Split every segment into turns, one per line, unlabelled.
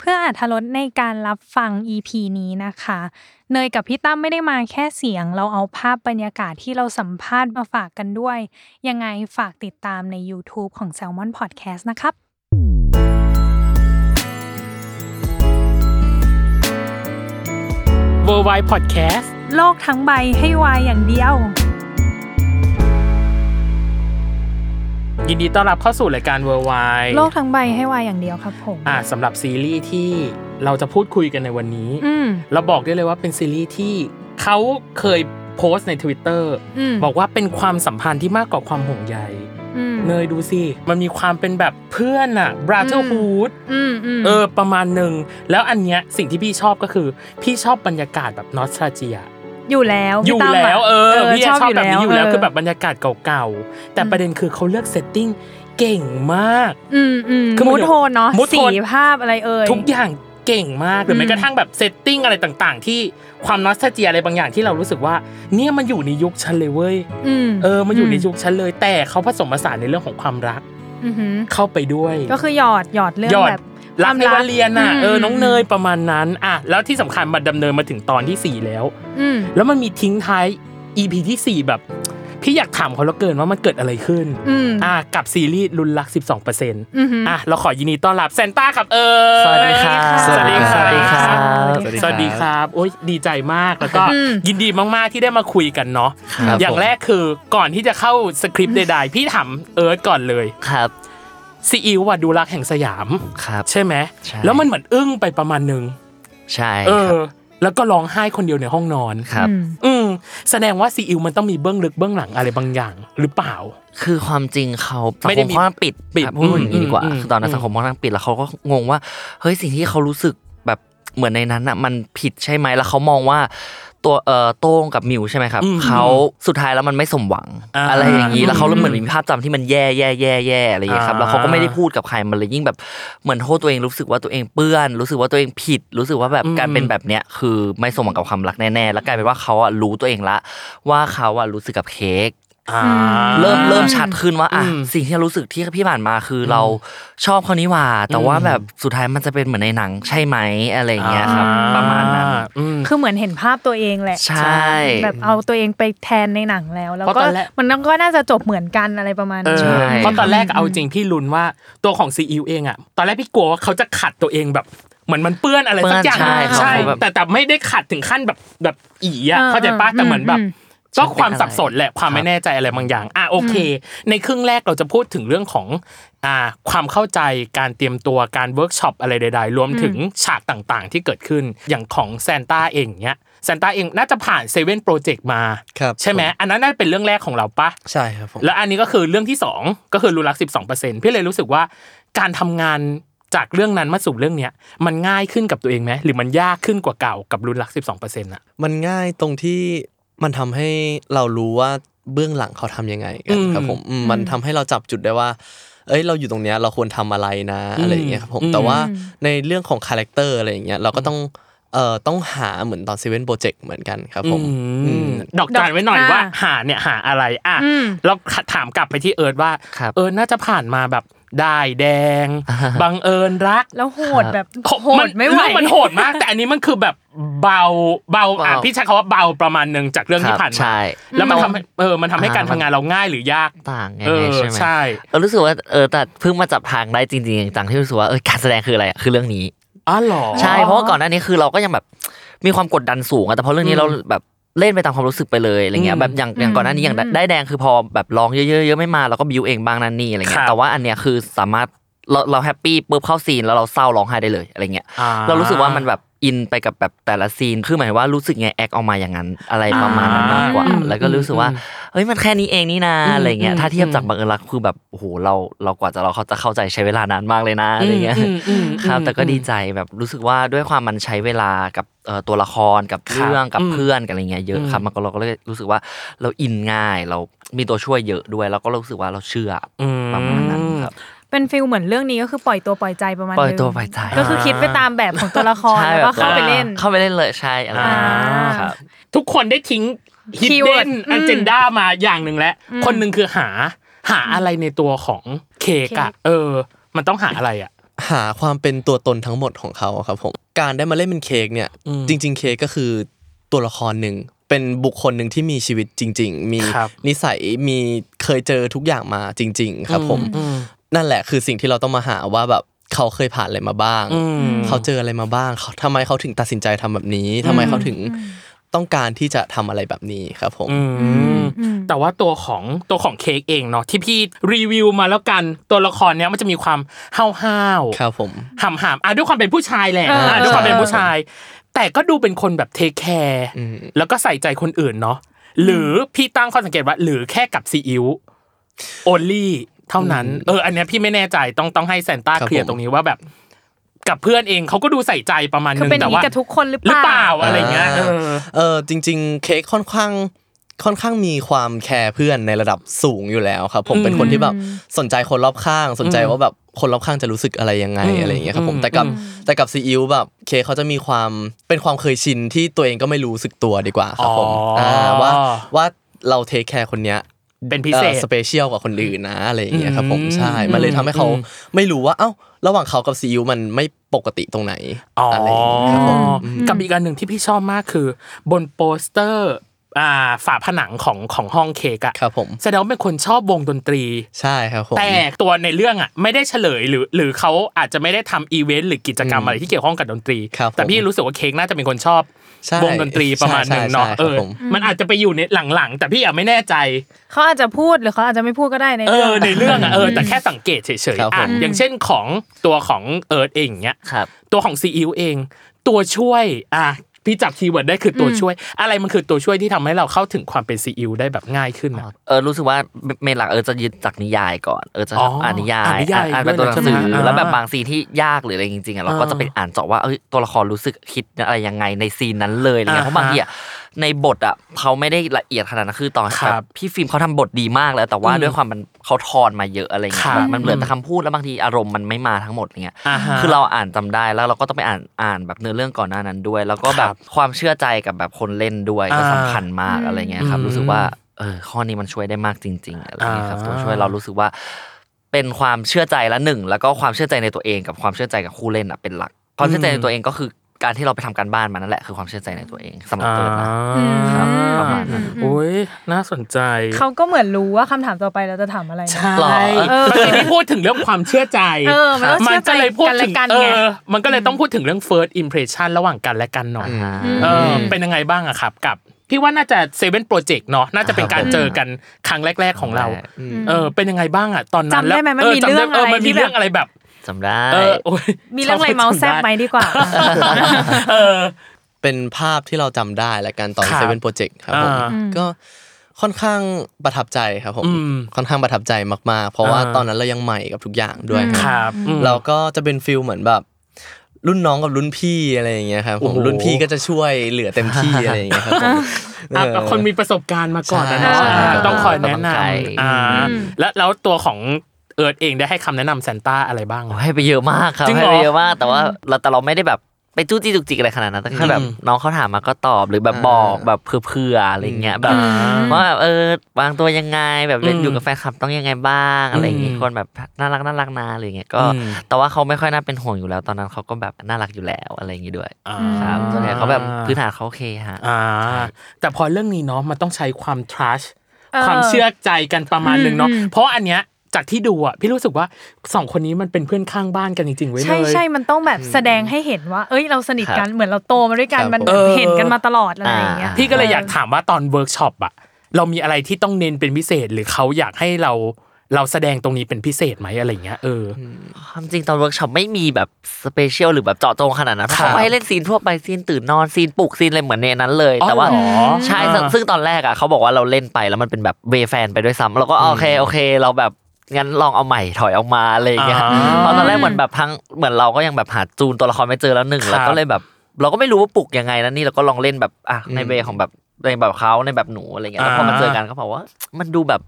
เพื่ออาธรสในการรับฟัง EP นี้นะคะ เนยกับพี่ตั้มไม่ได้มาแค่เสียง เราเอาภาพบรรยากาศที่เราสัมภาษณ์มาฝากกันด้วย ยังไงฝากติดตามใน YouTube ของ Salmon Podcast นะครับ
w o r l d w i d e Podcast
โลกทั้งใบให้วายอย่างเดียว
ยินดีต้อนรับเข้าสู่รายการ w o r l d w i d e
โลกทั้งใบให้วายอย่างเดียวครับผม
อ่ะสำหรับซีรีส์ที่เราจะพูดคุยกันในวันนี้
อืม
เราบอกได้เลยว่าเป็นซีรีส์ที่เขาเคยโพสต์ใน Twitter
อืม
บอกว่าเป็นความสัมพันธ์ที่มากกว่าความห่วงใย
อืม
เนยดูสิ มันมีความเป็นแบบเพื่อนอะบราเธอร์ฮูด
อืมอืม
เออ ประมาณหนึ่ง แล้วอันเนี้ยสิ่งที่พี่ชอบก็คือ พี่ชอบบรรยากาศแบบนอสตาเจีย
อยู่แล้ว
อ
พี่
ยู่
ตั้มะ
แล้วเออพี่ชอบแบบนี้อยู่แล้ว
เ
คือแบบบรรยากาศเก่าๆ แต่ประเด็นคือเขาเลือกเซตติ้งเก่งมาก
อืมอืม
คือมัน
มูดโทนเนาะ
มูดโท
สี
น
ภาพอะไรเอ่ย
ทุกอย่างเก่งมากหรื
ม
ออแม้กระทั่งแบบเซตติ้งอะไรต่างๆ ที่ความนอสตาเจียอะไรบางอย่างที่เรารู้สึกว่า เนี่ยมันอยู่ในยุคฉันเลยเว้ย
อืม
เออมันอยู่ในยุคฉันเลย แต่เขาผสมผสานในเรื่องของความรัก
อือหือ
เข้าไปด้วย
ก็คือหยอดหยอดเรื่อง
หยอด
แบบ
รักในวันเรียนอ่ะ
ม
เออน้องเนยประมาณนั้นอ่ะแล้วที่สำคัญมันดำเนินมาถึงตอนที่สี่แล้ว
อืม
แล้วมันมีทิ้งท้าย EP ที่สี่แบบ พี่อยากถามเขาเหลือเกินว่ามันเกิดอะไรขึ้น
อืม
อ่ะกับซีรีส์ลุนลัก 12%อ
อือหืออ่
ะเราขอยินดีต้อนรับเซนต้าครับเออ
สวัสดีครับ
สวัสดีครับ
สวัสดีครับ
สวัสดี
สวัสดีครับโอ้ยดีใจมากแล้วก็
อืม
ยินดีมากๆที่ได้มาคุยกันเนาะ
ครับ
อย่าง
ผม
แรกคือก่อนที่จะเข้าสคริปต์ใดๆพี่ถามเอิร์ธก่อนเลย
ครับ
ซีอิ๊วว่ะดูรักแห่งสยาม
ครับ
ใช่ไหม
ใช่
แล้วมันเหมือนอึ้งไปประมาณนึง
ใช่
เอ
ครั
อ
บ
แล้วก็ร้องไห้คนเดียวในห้องนอน
ครับ
อืม
อืมแสดงว่าซีอิ๊วมันต้องมีเบื้องลึกเบื้องหลังอะไรบางอย่าง หรือเปล่า
คือความจริงเขาสั
ไม่
ง
ได้
คม
มี
ค่อนข้างปิด
ปิด
ครับพูดอย่างนี้ดีกว่า
อืมอืม
คือตอนนั้
อืม
นสังคมค่อนข้างปิดแล้วเขาก็งงว่าเฮ้ยสิ่งที่เขารู้สึกแบบเหมือนในนั้นอ่ะมันผิดใช่ไหมแล้วเขามองว่าตัวเอ่อโต้งกับมิวใช่ไหมครับ
อืม
เขาสุดท้ายแล้วมันไม่สมหวัง
อ่า
อะไรอย่างนี้แล้วเขา
อืม
เหมือนมีภาพจำที่มันแย่แย่แย่แย่อะไรอย่างนี้ยครับ
อ่า
แล้วเขาก็ไม่ได้พูดกับใครมันเลยยิ่งแบบเหมือนโทษตัวเองรู้สึกว่าตัวเองเปื้อน รู้สึกว่าตัวเองผิด รู้สึกว่าแบบการเป็นแบบเนี้ยคือไม่สมหวังกับความรักแน่ๆแล้วกลายเป็นว่าเขาอ่ะรู้ตัวเองละ ว่าเขาอ่ะรู้สึกกับเค้ก
อ่า
เริ่มเริ่มชัดขึ้นว่าอ่ะ
อืม
สิ่งที่เรารู้สึกที่พี่ผ่านมาคือเราชอบเขานี่หว่า แต่ว่า
อืม
แบบสุดท้ายมันจะเป็นเหมือนในหนังใช่ไหมอะไรอย่างเงี้ยครับ
อ่
ประมาณนั้น
อืม
คือเหมือนเห็นภาพตัวเองแหละ
ใช่
แบบเอาตัวเองไปแทนในหนังแล้ว แล้ว
เพราะ
ก็
ตอนแรก
มันก็น่าจะจบเหมือนกันอะไรประมาณ
เอ
นี้
ใช่
อเพราะตอนแรกเอาจริงพี่ลุ้นว่าตัวของซีอิวเองอะตอนแรกพี่กลัวว่าเขาจะขัดตัวเองแบบเหมือนมันเปื้อนอะไรสักอย่าง
เปื้อนใช่เขาแบบ
แต่แต่ไม่ได้ขัดถึงขั้นแบบแบบอีอะเข้าใจปะแต่เหมือนแบบก็ความสับสนแหละความไม่แน่ใจอะไรบางอย่างอ่ะโอเค ในครึ่งแรกเราจะพูดถึงเรื่องของอ่าความเข้าใจการเตรียมตัวการเวิร์กช็อปอะไรใด ๆ รวมถึงฉากต่างๆ ที่เกิดขึ้นอย่างของแซนต้าเองเนี้ยแซนต้าเองน่าจะผ่านเซเว่นโปรเจกต์มา
ครับ
ใช่ไหม
ผม
อันนั้นน่าจะเป็นเรื่องแรกของเราปะ
ใช่ครับผม
แล้วอันนี้ก็คือเรื่องที่สองก็คือรูรักสิบสองเปอร์เซ็นพี่เลยรู้สึกว่า การทำงานจากเรื่องนั้นมาสู่เรื่องเนี้ยมันง่ายขึ้นกับตัวเองไหมหรือมันยากขึ้นกว่าเก่ากับรูรักสิบสองเปอร์เซ็นต์อ่ะ
มันง่ายตรงที่มันทำให้เรารู้ว่าเบื้องหลังเขาทำยังไงกั
อื
น
ม
ครับผมอืมมันทำให้เราจับจุดได้ว่า เอ้ยเราอยู่ตรงเนี้ยเราควรทำอะไรนะ
อืม
อะไรอย่างเงี้ยครับผม
อืม
แต่ว่าในเรื่องของคาแรคเตอร์อะไรอย่างเงี้ยเราก็ต้องเอ่อต้องหาเหมือนตอนเซเว่นโปรเจกต์เหมือนกันครับผมอืม
ดอกจันไว้หน่อยว่าหาเนี่ยหาอะไรอ่ะ
อืม
แล้วถามกลับไปที่เอิร์ธว่า
ครับ
เอิร์ธน่าจะผ่านมาแบบ ได้แด ง บังเอิญรัก
แล้วโหดแบบ
เขา
โหดไม่ไหว
เรื่องมันโหดมาก แต่อันนี้มันคือแบบเบาเบาอ่ะ
เบา
พี่ใช้คำว่าเบาประมาณหนึ่งจากเรื่องที่
ครับ
ผ่าน
ใช่
มาแล้วมันทำให้เออมันทำให้
อ่า
การทำงานเราง่ายหรือยาก
ต่างไง
เออ
ใช่ไหม
ใช่
เรารู้สึกว่าเออแต่เพิ่งมาจับทางได้จริงๆจังๆที่รู้สึกว่าเออการแสดงคืออะไรอะคือเรื่องนี้
อ๋อหรอ
ใช่เพราะว่าก่อนหน้านี้คือเราก็ยังแบบมีความกดดันสูงอะแต่พอเรื่องนี้เราแบบเล่นไปตามความรู้สึกไปเลยอะไรเงี้
อื
ย
ม
แบบอย่างอย่างก่อนหน้านี้อย่างได้แดงคือพอแบบร้องเยอะๆเยอะไม่มาเราก็บิวเองบ้างนั่นนี่อะไร
ครั
เงี้
บ
ยแต่ว่าอันเนี้ยคือสามารถเราเราแฮปปี้ปุ๊บเข้าซีนแล้วเราเศร้าร้องไห้ได้เลยอะไรเงี้ย
อ่
เรารู้สึกว่ามันแบบอินไปกับแบบแต่ละซีนคือหมายว่ารู้สึกไงแอคออกมาอย่างนั้นอะไรประมาณนั้นมากกว่า
อ่า
แล้วก็รู้สึกว่าเฮ้ยมันแค่นี้เองนี่นะอะไรเงี้ยถ้าเทียบจากบังเอิญรักคือแบบโอ้โหเราเรากว่าจะเราเขาจะเข้าใจใช้เวลานานมากเลยนะอะไรเงี้ย
อืมอืมอืม
ครับแต่ก็ดีใจแบบรู้สึกว่าด้วยความมันใช้เวลากับเอ่อตัวละครกับ
ครับ
เรื่องกับ
อืม
เพื่อนกับอะไรเงี้ยเย
อืม
อะครับมันก็เราก็เลยรู้สึกว่าเราอินง่าย เรามีตัวช่วยเยอะด้วยเราก็รู้สึกว่าเราเชื่ออ
อืม
ประมาณนั้นครับ
เป็นฟิลเหมือนเรื่องนี้ก็คือปล่อยตัวปล่อยใจประมาณ
ปล่อย
นึง
ตัวปล่อยใจ
ก็คือคิดไปตามแบบของตัวละคร
ใช่
แล้วก็
แบบ
เข้าไปเล่น
เข้าไปเล่นเลยใช่อะไร
อ่า
ครับ
ทุกคนได้ทิ้ง hidden
Keyword อืม
a g e n d a มาอย่างหนึ่งแล้วคนหนึ่งคือหา หาอะไรในตัวของเค้กอะเออ มันต้องหาอะไรอะ
หาความเป็นตัวตนทั้งหมดของเขาอะครับผมการได้มาเล่นเป็นเค้กเนี่ย
อืม
จริง ๆ เค้กก็คือตัวละครหนึ่งเป็นบุคคลหนึ่งที่มีชีวิตจริง ๆ มี
ครับ
นิสัยมีเคยเจอทุกอย่างมาจริง ๆ ครับผม
อืม
นั่นแหละคือสิ่งที่เราต้องมาหาว่าแบบเขาเคยผ่านอะไรมาบ้าง
อืม
เขาเจออะไรมาบ้างเขาทำไมเขาถึงตัดสินใจทำแบบนี้ทำไมเขาถึงต้องการที่จะทำอะไรแบบนี้ครับผม
อืมแต่ว่าตัวของตัวของเค้กเองเนาะที่พี่รีวิวมาแล้วกันตัวละครเนี้ยมันจะมีความห้าวห้าวๆ
ครับผม
ห่ำห่ำอ่ะด้วยความเป็นผู้ชายแหละ
เอออ่
ะด้วยความเป็นผู้
ใช่
ชาย แต่ก็ดูเป็นคนแบบเทคแคร์แล้วก็ใส่ใจคนอื่นเนาะหรือพี่ตั้งข้อสังเกตว่า หรือแค่กับซีอิ๊วโอลี่เท่านั้น เออ อันเนี้ยพี่ไม่แน่ใจต้องต้องให้แซนต้าเคลียร์ตรงนี้ว่าแบบ กับเพื่อนเองเขาก็ดูใส่ใจประมาณ
คือ
นึง
เป็นอ
แต่
ย่าง
ว่า
นี้กับทุกคนหรือ
หรือเป
เป
ล่า
ล่า
อะไรเงี้ยเออ
เออจริง ๆ เค้กค่อนข้างค่อนข้างมีความแคร์เพื่อนในระดับสูงอยู่แล้วครับ ผมเป็นคนที่แบบสนใจคนรอบข้าง สนใจว่าแบบคนรอบข้างจะรู้สึกอะไรยังไง
อืม
อะไรอย่างเงี้ยครับผ
อื
ม
ม
แต่กับแต่กับซีอิ๊วแบบเค้กเขาจะมีความเป็นความเคยชินที่ตัวเองก็ไม่รู้สึกตัวดีกว่าครับผม
อ๋ออ่
าว่าว่าเราเทคแคร์คนเนี้ย
เป็นพิเศษ
สเปเชียลกว่าคนอื่นนะอะไรอย่างเงี้ยครับผม
อืม
ใช่มันเลยทำให้เขา
อืม
ไม่รู้ว่าเอ้าระหว่างเขากับซีอิ๊วมันไม่ปกติตรงไหนอะไรอย่างเงี้ยครับผม
อ๋อกับอีกอันหนึ่งที่พี่ชอบมากคือ บนโปสเตอร์อ่าฝาผนังของของห้องเค้กอะ
ครับผม
แสดงว่าเป็นคนชอบวงดนตรี
ใช่ครับผม
แต่ตัวในเรื่องอะไม่ได้เฉลยหรือ หรือเขาอาจจะไม่ได้ทำอีเวนต์หรือกิจกรรมอะไรที่เกี่ยวข้องกับดนตรี
ครับผม
แต่พี่รู้สึกว่าเค้กน่าจะเป็นคนชอบ
ใช่
วงดนตรีประมาณหนึ่งเนาะ
ใช่ใช่
เอ
ค
อ
รับผม
มันอาจจะไปอยู่ในหลังๆ แต่พี่อะไม่แน่ใจ
เขาอาจจะพูดหรือเขาอาจจะไม่พูดก็ได้ใน
เอ
เรื่อง
อในเรื่องอะเออแต่แค่สังเกตเฉยๆ
ครับผม
อ่ะอย่างเช่นของตัวของเอิร์ธเองอย่างเนี้ย
ครับ
ตัวของซีอิ๊วเอง ตัวช่วยอ่ะพี่จับคีย์เวิร์ดได้คือตัวช่วย อะไรมันคือตัวช่วยที่ทำให้เราเข้าถึงความเป็นซีอิ๊วได้แบบง่ายขึ้นอะ
เออรู้สึกว่าเมเมนหลักเออจะยึดจากนิยายก่อนเออจะ
อ๋ออ่
อ่านนิยาย
อ่านนิยาย
อ่านเป็น
ด้
ตัว วย หนัง
ใช่ไหม
สือ
อ่า
แล้วแบบบางซีนที่ยากหรืออะไรจริงๆอ่ะเราก็จะไปอ่านเจาะว่าเอ้ยตัวละครรู้สึกคิดอะไรยังไงในซีนนั้นเลยอะไรเงี้ย
อ่า
เพราะบางทีอ่ะในบทอ่ะเขาไม่ได้ละเอียดขนาดนั้นคือตอน
ครับ
แบบพี่ฟิล์มเขาทำบทดีมากแล้ว แต่ว่าด้วยความมันเขาทอนมาเยอะอะไรเงี้
ครั
ย
บ
มันเหลือแต่คำพูดแล้วบางทีอารมณ์มันไม่มาทั้งหมดเงี้ย
อ่าฮะ
คือเราอ่านจำได้แล้วเราก็ต้องไปอ่านอ่านแบบเนื้อเรื่องก่อนหน้านั้นด้วย แล้วก็
ค
แบ
รับ บ
ความเชื่อใจกับแบบคนเล่นด้วยก็
อ่า
สำคัญมากอะไรเงี้ยครับรู้สึกว่า
อืม
เออข้อนี้มันช่วยได้มากจริง ๆ อะไรอย่างเงี้ยครับ
อ่า
ตัวช่วยเรารู้สึกว่า เป็นความเชื่อใจละหนึ่งแล้วก็ความเชื่อใจในตัวเองกับความเชื่อใจกับคู่เล่นอ่ะเป็นหลัก ความเชื่อใจในตัวเองก็คือการที่เราไปทำการบ้านมานั่นแหละคือความเชื่อใจในตัวเองสำหรับตัวนะ
ครับ
ประมาณนั้น
โอ้ยน่าสนใจ
เขาก็เหมือนรู้ว่าคำถามต่อไปเราจะถามอะไรนะ
ใช่
หรอ
เมื่อกี้พี่พูดถึงเรื่องความเชื่อใจ
เออมันต้องเชื่อใจ
เลยพูดถึง
กันและกัน
เอ
ไง
อมันก็เลยต้องพูดถึงเรื่อง first impression ระหว่างกันและกันหน่อย
อ่า
เออเป็นยังไงบ้างอะครับกับ พี่ว่าน่าจะเซเว่นโปรเจกต์เนาะน่าจะเป็นการเจอกันครั้งแรก ๆของเรา เออเป็นยังไงบ้างอะตอนนั้น
จำได้ไหมมันมี
จำด้
เรื่องอะไร
เมันมี
ที่แบบ
เรื่องอะไรแบบ
จำได้
เออโอ้ย
มีเรื่องอะไรเมาส์แซบไหมดีกว่า
เออ
เป็นภาพที่เราจำได้และกันตอน
ครับ
เซเว่นโปรเจกต์ครับผม
อ่า
ก็ค่อนข้างประทับใจครับผม
อืม
ค่อนข้างประทับใจมากๆ เพราะว่า
อ่า
ตอนนั้นเรายังใหม่กับทุกอย่างด้วยค
ครับรับอืม
เราก็จะเป็นฟิลเหมือนแบบ รุ่นน้องกับรุ่นพี่อะไรอย่างเงี้ยครับผ
โอ้
ม
โห
รุ่นพี่ก็จะช่วยเหลือเต็มที่ อะไรอย่างเงี้ยครับผม
อ่ะ
เออ
ก็คนมีประสบการณ์มาก่อนนะเนอะ
ใช่
อ่ะต้องคอยแนะน
ต้องใจ
ำอ่าแล้วแล้วตัวของเอิร์ดเองได้ให้คำแนะนำแซนต้าอะไรบ้าง
โอ้ให้ไปเยอะมากครับ
จริงเห
ให้
รอ
ไปเยอะมากแต่ว่าเราแต่เราไม่ได้แบบ ไปจู้จี้จุกจิกอะไรขนาดนั้นแต่แค่แบบน้องเขาถามมาก็ตอบหรือแบบบอกแบบเผื่อๆอะไรเงี้ยแบบว่าแบบเออวางตัวยังไงแบบเล่นอยู่กับแฟนคลับต้องยังไงบ้างอะไรอย่างงี้คนแบบน่ารักน่ารักนะอะไรเงี้ยก็
อืม
แต่ว่าเขาไม่ค่อยน่าเป็นห่วงอยู่แล้ว ตอนนั้นเขาก็แบบน่ารักอยู่แล้วอะไรอย่างงี้ด้วย
อ่า
ครับส่วนใหญ่เขาแบบพื้นฐานเขาโอเคฮะ
อ่า แต่พอเรื่องนี้เนาะมันต้องใช้ความ trust
เออ
ความเชื่อใจกันประมาณหนึ่งเนาะ
อืมอืม
เพราะอันเนี้ยจากที่ดูอ่ะพี่รู้สึกว่าสองคนนี้มันเป็นเพื่อนข้างบ้านกันจริงๆเว้ย
ใช่
เนย
ใช่มันต้องแบบแสดงให้เห็นว่า เอ้ยเราสนิทกันเหมือนเราโตมาด้วยกัน
ครับ
มัน
เออ
เห็นกันมาตลอดอะไรอย่างเงี้ย
อ่า
พี่ก็เลยอยากถามว่าตอนเวิร์กช็อปอะเรามีอะไรที่ต้องเน้นเป็นพิเศษหรือเขาอยากให้เราเราแสดงตรงนี้เป็นพิเศษไหมอะไรเงี้ยเออ
ความจริงตอนเวิร์กช็อปไม่มีแบบสเปเชียลหรือแบบเจาะจงขนาดนั้
ค
น
รับ
เขาให้เล่นซีนทั่วไปซีนตื่นนอนซีนปลุกซีนอะไรเหมือนในนั้นเลย
อ๋อ
แต่ว่า
เหรอ
ใช่ซึ่ง
อ่า
ซึ่งตอนแรกอ่ะเขาบอกว่าเราเล่นไปแล้วมันเป็นแบบเวแฟนไปด้วยซ้ำเราก็โอเคโอเคเราแบบงั้นลองเอาใหม่ถอยออกมาอะไรอย่างเงี้ย
อ่า
ตอนตอนแรกเหมือนแบบทั้งเหมือนเราก็ยังแบบหาจูนตัวละครไม่เจอแล้วหนึ่ง
ครับ
แล้วก็เลยแบบ เราก็ไม่รู้ว่าปลุกยังไงแล้วนี่เราก็ลองเล่นแบบอ่ะในเวของแบบในแบบเขาในแบบหนูอะไรเงี้ยแล้วพอมาเจอกันก็บอกว่า มันดูแบบ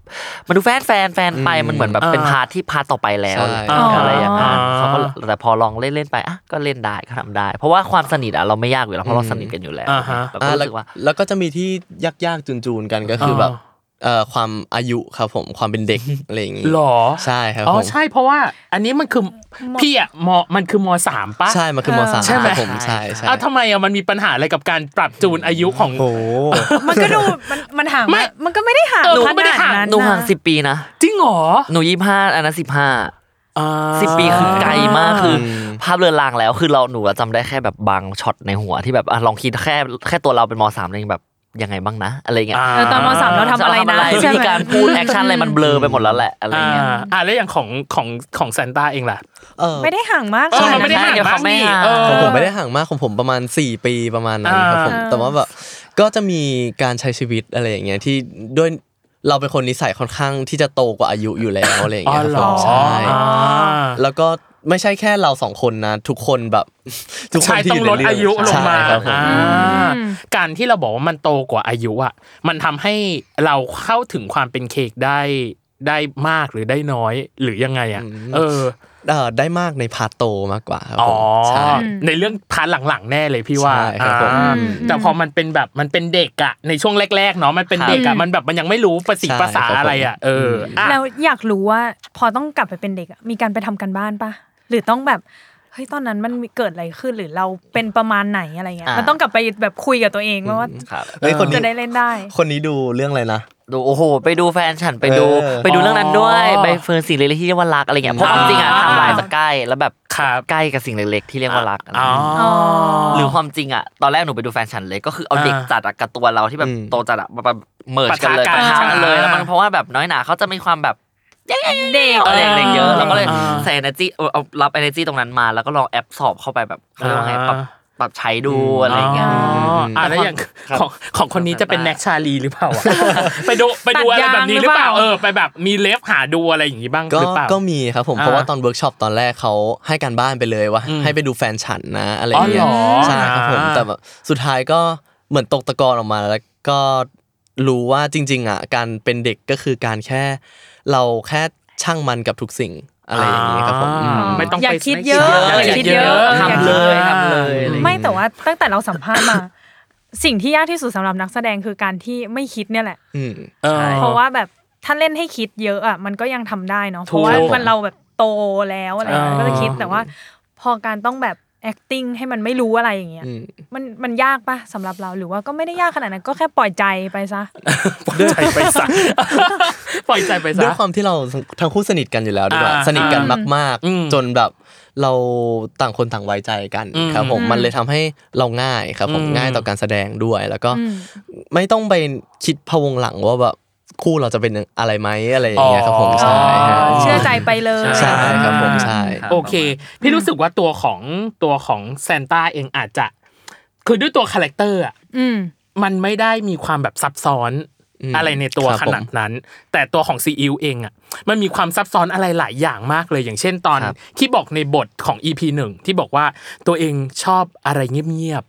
มันดูแฟนแฟนแฟนไปมันเหมือนแบบเป็นพาร์ทที่พาร์ทต่อไปแล้ว
ใช่
อะไรอย่างนั้น
อ๋อ
เขาก็แต่พอลองเล่นเล่นๆไปอ่ะก็เล่นได้ก็ทำได้ เพราะว่าความสนิทอ่ะเราไม่ยากอยู่แล้วเพราะเราสนิทกันอยู่แล้ว
อ่าฮะ
เราก็
อ่า
รู้
แล้ว
สึกว่า
แล้วก็จะมีที่ยากๆจูนๆกันก็คือแบบเอ่อความอายุครับผมความเป็นเด็ก อะไรอย่างงี้
หรอ
ใช่ครับ
อ๋อ
ผม
ใช่เพราะว่าอันนี้มันคือพี่อะมมันคือมสามปะ
ใช่มันคือมสาม
ใช่ไหม
ครับผมใช่ใช่
อ้าวทำไมอะมันมีปัญหาอะไรกับการปรับจูนอายุของ
โอ้
มันก็ดูมันมันห่าง
ไม่
มามันก็ไม่ได้ห่าง
เออ
ข
ก็ไม่ได้
นาด
ห่าง
นั้น
หนูห่าง
นะ
สิบปีนะ
จริงเหรอ
หนูยี่ห้าอันนั้นสิบห้า
อ่า
สิบปีคือไกลมากคืออ
ม
ภาพเรือนรางแล้วคือเราหนูอะจำได้แค่แบบบางช็อตในหัวที่แบบอ่ะลองคิดแค่แค่ตัวเราเป็นมสามเองแบบยังไงบ้างนะ อะไรเงี้ย
เออตอนมสามเราทำอะไรนะ
เราวิ
ใช่ไหม
ธีการพูดแอคชั่นอะไรมันเบลอไปหมดแล้วแหละอะไรเงี้ย
อ่าอ่าแล้วอย่างของของของแซนต้าเองล่ะ
เออ
ไม่ได้ห่างมาก
เออ
ข
มัน
ด
ไม่ได้ห่างมากนี่เออ
ของผมไม่ได้ห่างมากของผมประมาณ 4 ปีประมาณนั้นครับผม
อ่า
แต่ว่าแบบก็จะมีการใช้ชีวิตอะไรอย่างเงี้ยที่ด้วยเราเป็นคนนิสัยค่อนข้างที่จะโตกว่าอายุอยู่แล้วอะไรอย่าง
อ๋อ
เงี้ย
เหร
ครับ
อ
ผมใช่
อ่า
แล้วก็ไม่ใช่แค่เราสองคนนะ ทุกคนแบบ ทุกคน
ใช่
ที่
ต้องลด
ในเรื่
อายุลงมา
ใช่ครับผม
อ่าการที่เราบอกว่ามันโตกว่าอายุอ่ะ มันทำให้เราเข้าถึงความเป็นเค้กได้ได้มากหรือได้น้อยหรือยังไงอ่ะ เออ
เอ่อได้มากในพาร์ทโตมากกว่าครับ
อ๋
ผ
อ
มใช่
ในเรื่องพาร์ทหลังๆแน่เลยพี่ว่า
ใช่ครับผม
อ่าแต่พอมันเป็นแบบมันเป็นเด็กอ่ะในช่วงแรกๆเนาะมันเป็นเด็กอ่ะมันแบบมันยังไม่รู้ประสิทธิ์
ใช่
ภาษา
ครับผม
อะไรอ่ะเอออ่ะ
แล้วอยากรู้ว่าพอต้องกลับไปเป็นเด็กอะมีการไปทำกันบ้านปะหรือต้องแบบเฮ้ยตอนนั้นมันมีเกิดอะไรขึ้นหรือเราเป็นประมาณไหนอะไรเงี้ย
อ่ามั
มันต้องกลับไปแบบคุยกับตัวเองว่าว่า
ครับ
เฮ้ยคนนี้
จะได้เล่นได้
คนนี้ดูเรื่องอะไรนะ
ดูโอ้โห ไปดูแฟนฉันไปดู
เออ
ไปดูเรื่องนั้นด้วย
อ๋อ
ใบเฟิร์นสิ่งเล็กๆที่เรียกว่ารักอะไรเงี้ยเพราะค
อ่า
วามจริงอะไทำลายจะใกล้แล้วแบบ
ครับ
ใกล้กับสิ่งเล็กๆที่เรียกว่ารักอะไร
อ๋อ
เงี้ยหรือความจริงอะตอนแรกหนูไปดูแฟนฉันเลยก็คือเอาเด็กจัดอะกับตัวเราที่แบบ
อืม
โตจัดอะมาเมิร์จกันเลย
ปะ
ปะ
ทะกั
ทะ
น
กันเลยแล้วมัน
อ่า
เพราะว่าแบบน้อยหนาเขาจะมีความแบบ
เด็ก
เอาเด็กๆเยอะเราก็เลย
อ่า
ใส่ energy เออเอารับ energy ตรงนั้นมา แล้วก็ลองแอบสอบเข้าไปแบบเขาเรียกว่าไง
อ่า
ปรับปรับใช้ดูอะไรเงี้ย
อ๋ออ่ะแล้วอย่างของของคนนี้จะเป็นแน็กชาลีหรือเปล่าวะ ไปดูไปดูอะไรแบบนี้หรือเปล่า
ตัดยางหรือเปล่า
เออไปแบบมีเลฟหาดูอะไรอย่างนี้บ้าง
ก็
หรือเปล่า
ก็มีครับผม
อ่า
เพราะว่าตอนเวิร์กช็อปตอนแรกเขาให้การบ้านไปเลยว่า
อืม
ให้ไปดูแฟนฉันนะอะไรอย่างเงี้
อ๋อ
ย
เหรอ
ใช่ครับผม
อ่า
แต่แบบสุดท้ายก็เหมือนตกตะกอนออกมาแล้วก็รู้ว่าจริง ๆอ่ะการเป็นเด็กก็คือการแค่ เราแค่ช่างมันกับทุกสิ่งอะไรอย่างงี้ครับผม
อ่า
อืม
ไม่ต้องไป
อยากคิดเยอะ
ไม่ต้อง
อ
ไป
ยากคิดเย
เย
อะ
อะ
อยากคิดเย
ทำเล
อะ
ยทำเลยอะไรเงี้ย
ไม่แต่ว่าตั้งแต่เราสัมภาษณ์มา สิ่งที่ยากที่สุดสำหรับนักแสดงคือการที่ไม่คิดเนี่ยแหละ
อืม
เออ
เพราะว่าแบบถ้าเล่นให้คิดเยอะอ่ะมันก็ยังทำได้เนาะเพ
ถูก
ราะว่ามันเราแบบโตแล้วอะไรอย่างเงี้ย
อ่า
ก็จะคิดแต่ว่าพอการต้องแบบ acting ให้มันไม่รู้อะไรอย่างเงี้ย
อืม
มันมันยากปะสำหรับเราหรือว่าก็ไม่ได้ยากขนาดนั้นก็แค่ปล่อยใจไปซะ
ปล่อยใจไปซะ ปล่อยใจไป
ด้วย
ซะ
ความที่เราทั้งคู่สนิทกันอยู่แล้วดีกว่า
อ่า
สนิทกันมาก
อืม
ๆ จนแบบเราต่างคนต่างไว้ใจกัน
อืม
ครับผมมันเลยทำให้เราง่ายครับผม
อืม
ง่ายต่อการแสดงด้วย แล้วก็ไม่ต้องไปคิดพะวงหลังว่าแบบคู่เราจะเป็นอะไรไหมอะไรอย่างเงี้ยครับผมใช่ฮะ
อ๋อ
เชื่อใจไปเลย
ใช่ครับผมใช่
ครับ
โอเค พี่รู้สึกว่าตัวของตัวของแซนต้าเองอาจจะ คือด้วยตัวคาแรคเตอร์อ่ะ
อืม
มันไม่ได้มีความแบบซับซ้อน
อืม
อะไรในตัว
ครับ
ขนาดนั้น แต่ตัวของซีอิ๊วเองอ่ะมันมีความซับซ้อนอะไรหลายอย่างมากเลย อย่างเช่นตอน
ครับ
ที่บอกในบทของ EP หนึ่งที่บอกว่าตัวเองชอบอะไรเงียบ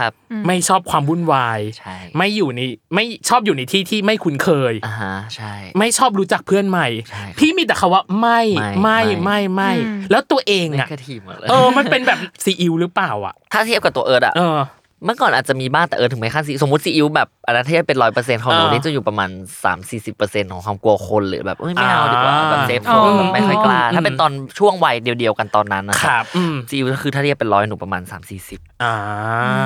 ครับ
ไม่ชอบความวุ่นวาย
ใช่
ไม่อยู่ในไม่ชอบอยู่ในที่ที่ไม่คุ้นเคย
อ่าฮะใช่
ไม่ชอบรู้จักเพื่อนใหม่
ใช่
พี่มีแต่คำว่าไม่
ไม่
ไม่
ไม่
ไม่ไม่
อืม
แล้วตัวเอง
นี่
อ่ะ
ก็ทีมหมดเลย
เออมันเป็นแบบซีอิวหรือเปล่าอ่ะ
ถ้าเทียบกับตัวเอิร์ดอะ
เออ
เมื่อก่อนอาจจะมีบ้างแต่เอิร์ดถึงไม่ขั้นซีสมมติซีอิ๊วแบบอันนั้นเทียบเป็นร้อยเปอร์เซ็นต์ของหนู
อ่า
นี่จะอยู่ประมาณสามสี่สิบเปอร์เซ็นต์ของความกลัวคนหรือแบบเอ้ยไม่เอาดีกว่า
อ่า
แบบเซฟโซ
อ๋
น
อ
แบบไม่ค่อยกล้า
อืม
ถ้าเป็นตอนช่วงวัยเดียวๆกันตอนนั้นนะ
ค
ค
รั
รับบ
อืม
ซีอิ๊วก็คือถ้าเทียบเป็นร้อยหนูประมาณสามสี่สิบ
อ่า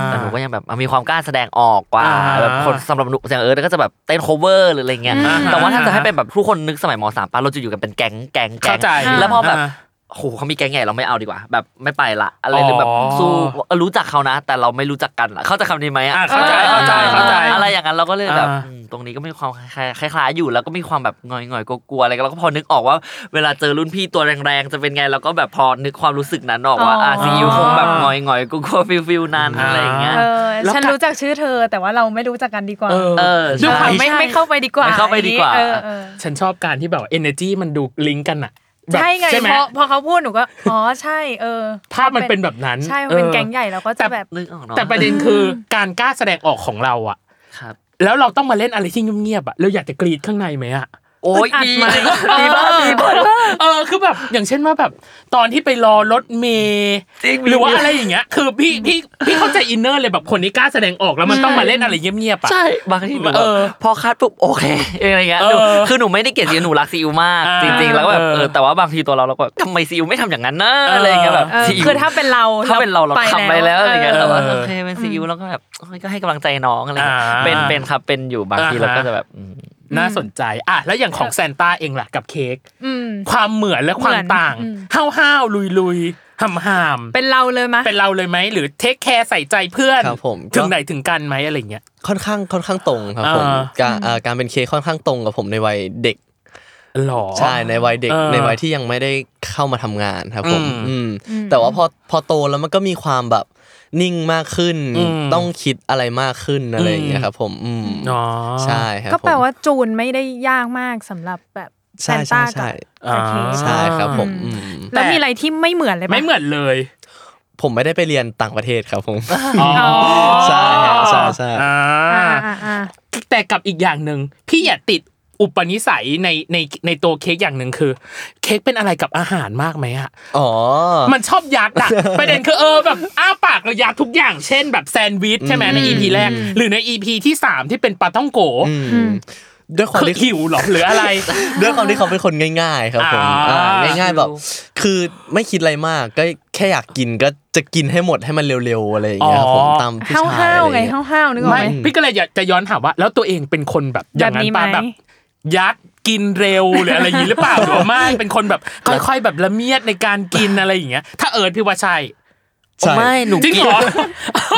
แต่หนูก็ยังแบบอ่ะมีความกล้าแสดงออกกว่า
อ่า
แบบคนสำหรับหนูอย่างเอิร์ธก็จะแบบเต้น cover หรืออะไรเงี้ย
อ่าฮะ
แต่ว่าถ้าจะให้เป็นแบบทุกคนนึกสมัยมสามปะเราจะอยู่กันเป็นแก๊งแก๊งแก๊
เข้าง ใจ
แล้วพอแบบ
อ่า
โหเขามีแก๊งใหญ่เราไม่เอาดีกว่า แบบไม่ไปละอะไร
อ๋อ
หรือแบบสู้รู้จักเขานะ แต่เราไม่รู้จักกันอะเข้าใจคำนี้ไหมอะ
อ่าเข้าใจเข้าใจเข้าใจ
อะไรอย่างนั้นเราก็เลยแบบ
อ่า
อืมตรงนี้ก็มีความคล้ายคล้ายๆอยู่แล้วก็มีความแบบงอยงอยๆกลัวๆอะไรกันเราก็พอนึกออกว่าเวลาเจอรุ่นพี่ตัวแรงๆจะเป็นไงเราก็แบบพอนึกความรู้สึกนั้นออกว่า
อ๋ออ่
อาซีอิ๊วคงแบบงอยงอยๆกลัวฟิลฟิลนั้นอะไรอย่างเงี้ย
เออ
แล้ว
ฉัน
กะ
รู้จักชื่อเธอ แต่ว่าเราไม่รู้จักกันดีกว่า
เออ
เออ
ด้วยค
เอ
วา
อ
ใช่
ไม่
ใช่
ไม่เข้าไปดีกว่า
ไม่เข้าไปดีกว่า
เออเออ
ฉันชอบการที่แบบว่า energy มันดูลิงก์กันอ่ะแบบ
ใช่ไง
ใช่ไหม
พอพอเขาพูดหนูก็อ๋อใช่เออ
ภาพมันเป็นแบบนั้น
ใช่มันเป็น
ออ
แก๊งใหญ่เราก็
แต่
จะแบบ
นึกออกเนาะ
แต่ประเด็นคือการกล้าแสดงออกของเราอ่ะ
ครับ
แล้วเราต้องมาเล่นอะไรที่เงียบๆอ่ะเราอยากจะกรีดข้างในไหมอ่ะ
โอ้ย
อัด
มี
ไหม
มีบ้างมีบ้าง
เออคือแบบอย่างเช่นว่าแบบตอนที่ไปรอรถเมย์
จริง
หรือว่าอะไรอย่างเงี้ย คือพี่พี่พี่เข้าใจอินเนอร์เลยแบบคนนี้กล้าแสดงออกแล้วมันต้องมาเล่นอะไรเงียบๆอ่ะ
ใช่บางทีหนูแบ
เอบ อ
พอคัดปุ๊บโอเค อะไรเงี้ย
เออ
หนูคือหนูไม่ได้เกลียดซีอิ๊วหนูรักซีอิ๊วมาก
อ่า
จริง ๆ แล้วก็แบบ
เออ
เออแต่ว่าบางทีตัวเราเราก็แบบทำไมซีอิ๊วไม่ทำอย่างนั้นนะ
เอออ
อะไรเงี้ยแบบ
เออ
ซีอิ๊ว
คือถ้าเป็นเรา
ถ้าเป็นเราเราทำไปแล้วอะไรเงี้ย
เออ
แต่ว่า
เออ
โอเคเป็นซีอิ๊วแล้วก็แบบโอ้ยก็ให้กำลังใจน้องอะไรเงี้ย
อ่า
เป็นเป็นครับเป็นอยู่บางที
อ่าฮะ
เราก็จะแบบอืม
น่าสนใจอ่ะแล้วอย่างของแซนต้าเองล่ะกับเค้ก
อืม
ความเหมือนและความ
เหมือน
ต่าง
อืม
ห้าวห้าวลุยลุยๆห่ำห่ำ
เป็นเราเลยมะ
เป็นเราเลยไหมหรือเทคแคร์ใส่ใจเพื่อน
ครับผม
ถึง
ก็
ไหนถึงกันไหมอะไรเงี้ย
ค่อนข้างค่อนข้างตรงครับผม
อ่า
การเอ่อการเป็นเคค่อนข้างตรงกับผมในวัยเด็ก
หรอ
ใช่ในวัยเด็ก
เออ
ในวัยที่ยังไม่ได้เข้ามาทำงานครับผม
อืม
อืมแต่ว่าพอพอโตแล้วมันก็มีความแบบนิ่งมากขึ้น
อืม
ต้องคิดอะไรมากขึ้นอะไรอย่างเงี้
อื
ย
ม
ครับผมอืม
อ๋อ
ใช่ครับ
ก็แปล
ผม
ว่าจูนไม่ได้ยากมากสำหรับแบบแซ
ใช่
น
ใช่
ต้า
ใช่
กับเค
อ่า
ส
ใช่ครับผมอืม
แล้วมีอะไรที่ไม่เหมือนเลยปะ
ไม่เหมือนเลย
ผมไม่ได้ไปเรียนต่างประเทศครับผม
อ๋อ
ใช่ฮะใช่ใช่
อ่
อ่า
า
อ่าอ่า
แต่กับอีกอย่างหนึ่งพี่อย่าติดอุปนิสัยในในในตัวเค้กอย่างหนึ่งคือ เค้กเป็นอะไรกับอาหารมากไหมอะ
อ๋อ
มันชอบยักษ์อะ ประเด็นคือเออแบบอ้าปากแล้วยักษ์ทุกอย่างเช่นแบบแซนด์วิชใช่ไหมในอีพีแรก หรือในอีพีที่ 3 ที่เป็นปลาท่องโก
อืมด้วยความ
คือ
ที่
หิวเหรอหรืออะไร
ด้วยความที่เขาเป็นคนง่าย ๆ ครับผม
อ่า
อ่าง่าย ๆ แบบ คือไม่คิดอะไรมากก็แค่อยากกินก็จะกินให้หมดให้มันเร็วๆอะไรอย่างเงี้ยครับผมตามผู้ชาย
ห้าวๆไง
อะรอย่ย
ห้าวๆนึกออก
ไม่
ไหม
พี่ก็เลยอยากจะย้อนถามว่า แล้วตัวเองเป็นคนแบบอย่างนั้นปะ
แบ
แบบ บ
นี้ไหม
ยัดกินเร็วหรืออะไรอย่างนี้หรือเปล่าหรือว่าไม่เป็นคนแบบค่อยๆแบบละเมียดในการกินอะไรอย่างเงี้ยถ้าเอิร์ธพี่ว่าใช่
ใช่
ไม่หนู
จริง
กิ
เห
น
รอ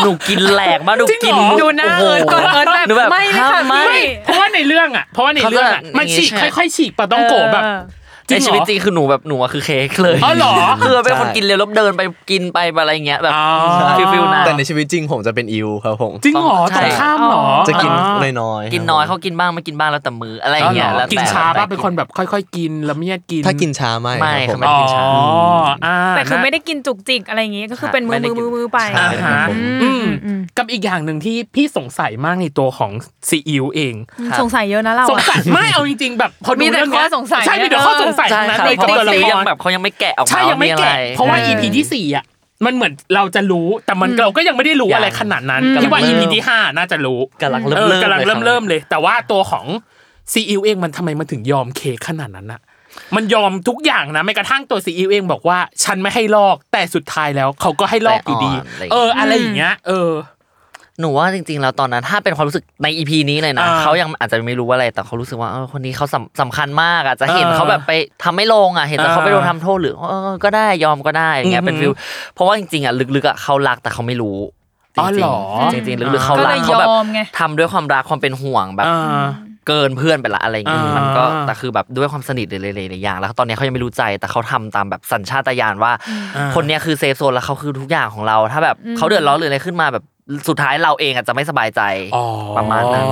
หนูกินแหลกมากหนู
จริง
กิน
เหรอ
ดูหน้า
โโ
เอิร์ธก่อนเอิร์ธแบบ
หนู
ไม่เลยค่ะ
ไม่
พี่
เพราะว่าในเรื่องอ่ะ เพราะว่าในเรื่องอ่ะ
เขาจะ
มันฉีก
อย่างงี้ใช่ไหม
ค่อยๆฉีกปะต้องโกะแบบ
เออ
จริ
ใน
งเหรอ
ชีวิตจริงคือหนูแบบหนูอะคือเค้กเลย
อ๋อเหรอ
คือเป็นคน
ใช่
กินเร็วแลบเดินไปกินไปอะไรเงี้ยแบบ
อ๋อ
ฟิลฟิลนั้น
แต่ในชีวิตจริงผมจะเป็นอิวครับผม
จริงเหรอ
ใช่
ตรงข้ามเหรอ
จะกิน
อ๋อ
น้อยๆ
กินน้อย
ครับ
เขากินบ้างไม่กินบ้างแล้วแต่มืออะไร
อ๋อเหร
เงี้ย
อ
แล้วแต่
กินช้าป่ะ
แต่
เป็นคนแบบค่อย ๆ กินละเมียดกิน
ถ้ากินช้าไม่
ไม่
ครับผม
เขาไม่
อ๋อ
กินช้า
อ่า
แต่คือไม่
นะ
ได้กินจุกจิกอะไรอย่างงี้ก็คือเป็นมื
ไม่
อ
ได้
มือ
กิน
มือมือไป
ใช่
อ่า
ครับ
ฮะ
ผม
อืม
อืม
กับอีกอย่างหนึ่งที่พี่สงสัยมากในตัวของซีอิ๊วเอง
ครับ
สงสัยเยอะนะเรา
สง
อะ
สัยไม่เอาจริงๆแบบพอดู
มีแต่
เรื่องเนี้
ข้อสงสัย
ใช่มีแต่
เออ
ข้อสงสัย
ใช่
ทั้งนั้นเลย
ค่ะเพราะ
กับตัว
ว่า
ละ
ซี
ค
ยัง
ร
แบบเขายังไม่แกะออกมา
ใช่ยังไม่
ว่
แกะ
อร
เพราะว่า EP ที่สี่อ่ะมันเหมือนเราจะรู้แต่มันเราก็ยังไม่ได้รู้อะไรขนาดนั้น
อืม
คิดว่า
กำลั
EP
งเริ่ม
ที่ห้าน่าจะรู้
กำลัง
เอ
เริ่ม
อ
เริ่ม
กำลังเริ่มเริ่ม
เลย
เลย แต่ว่าตัวของซีอิ๊วเองมันทำไมมันถึงยอมเคกขนาดนั้นอะมันยอมทุกอย่างนะแม้กระทั่งตัวซีอิ๊วเองบอกว่า ฉันไม่ให้ลอกแต่สุดท้ายแล้วเขาก็ให้ลอกอยู่ดี เอออะไรอย่างเงี้ย เออ
หนูว่าจริงๆแล้วตอนนั้นถ้าเป็นความรู้สึกในอีพีนี้เลยนะ
อ่า
เขายังอาจจะไม่รู้อะไรแต่เขารู้สึกว่าเออคนนี้เขาสำสำคัญมากอาจจะเห็น
อ่า
เขาแบบไปทำไม่ลงอ่ะเห็นแต่
อ่า
เขาไปโดนทำโทษหรือเออก็ได้ยอมก็ได้อย่างเงี้ยเป็น
อือหื
ฟิ
อ
ลเพราะว่าจริงๆอ่ะลึกๆอ่ะเขารักแต่เขาไม่รู้
อ๋อเหรอ
จริงๆจริงๆลึกๆเขา
ก็
รั
เล
ก
ยย
เขาแบบ
อมไง
ทำด้วยความรักความเป็นห่วงแบบ
อ่า
เกินเพื่อนไปละอะไรเงี้ย
อ่ามั
มันก็แต่คือแบบด้วยความสนิทหรือหลายๆอย่างแล้วตอนเนี้ยเขายังไม่รู้ใจแต่เขาทำตามแบบสัญชาตญาณว่า
อ่า
คนเนี้ยคือเซฟโซนแล้วเขาคือทุกอย่างของเรา ถ้าแบบเขาเดือดร้อนหรืออะไรขึ้นมาแบบสุดท้ายเราเองอาจจะไม่สบายใจ
อ๋อ
ประมาณนั้น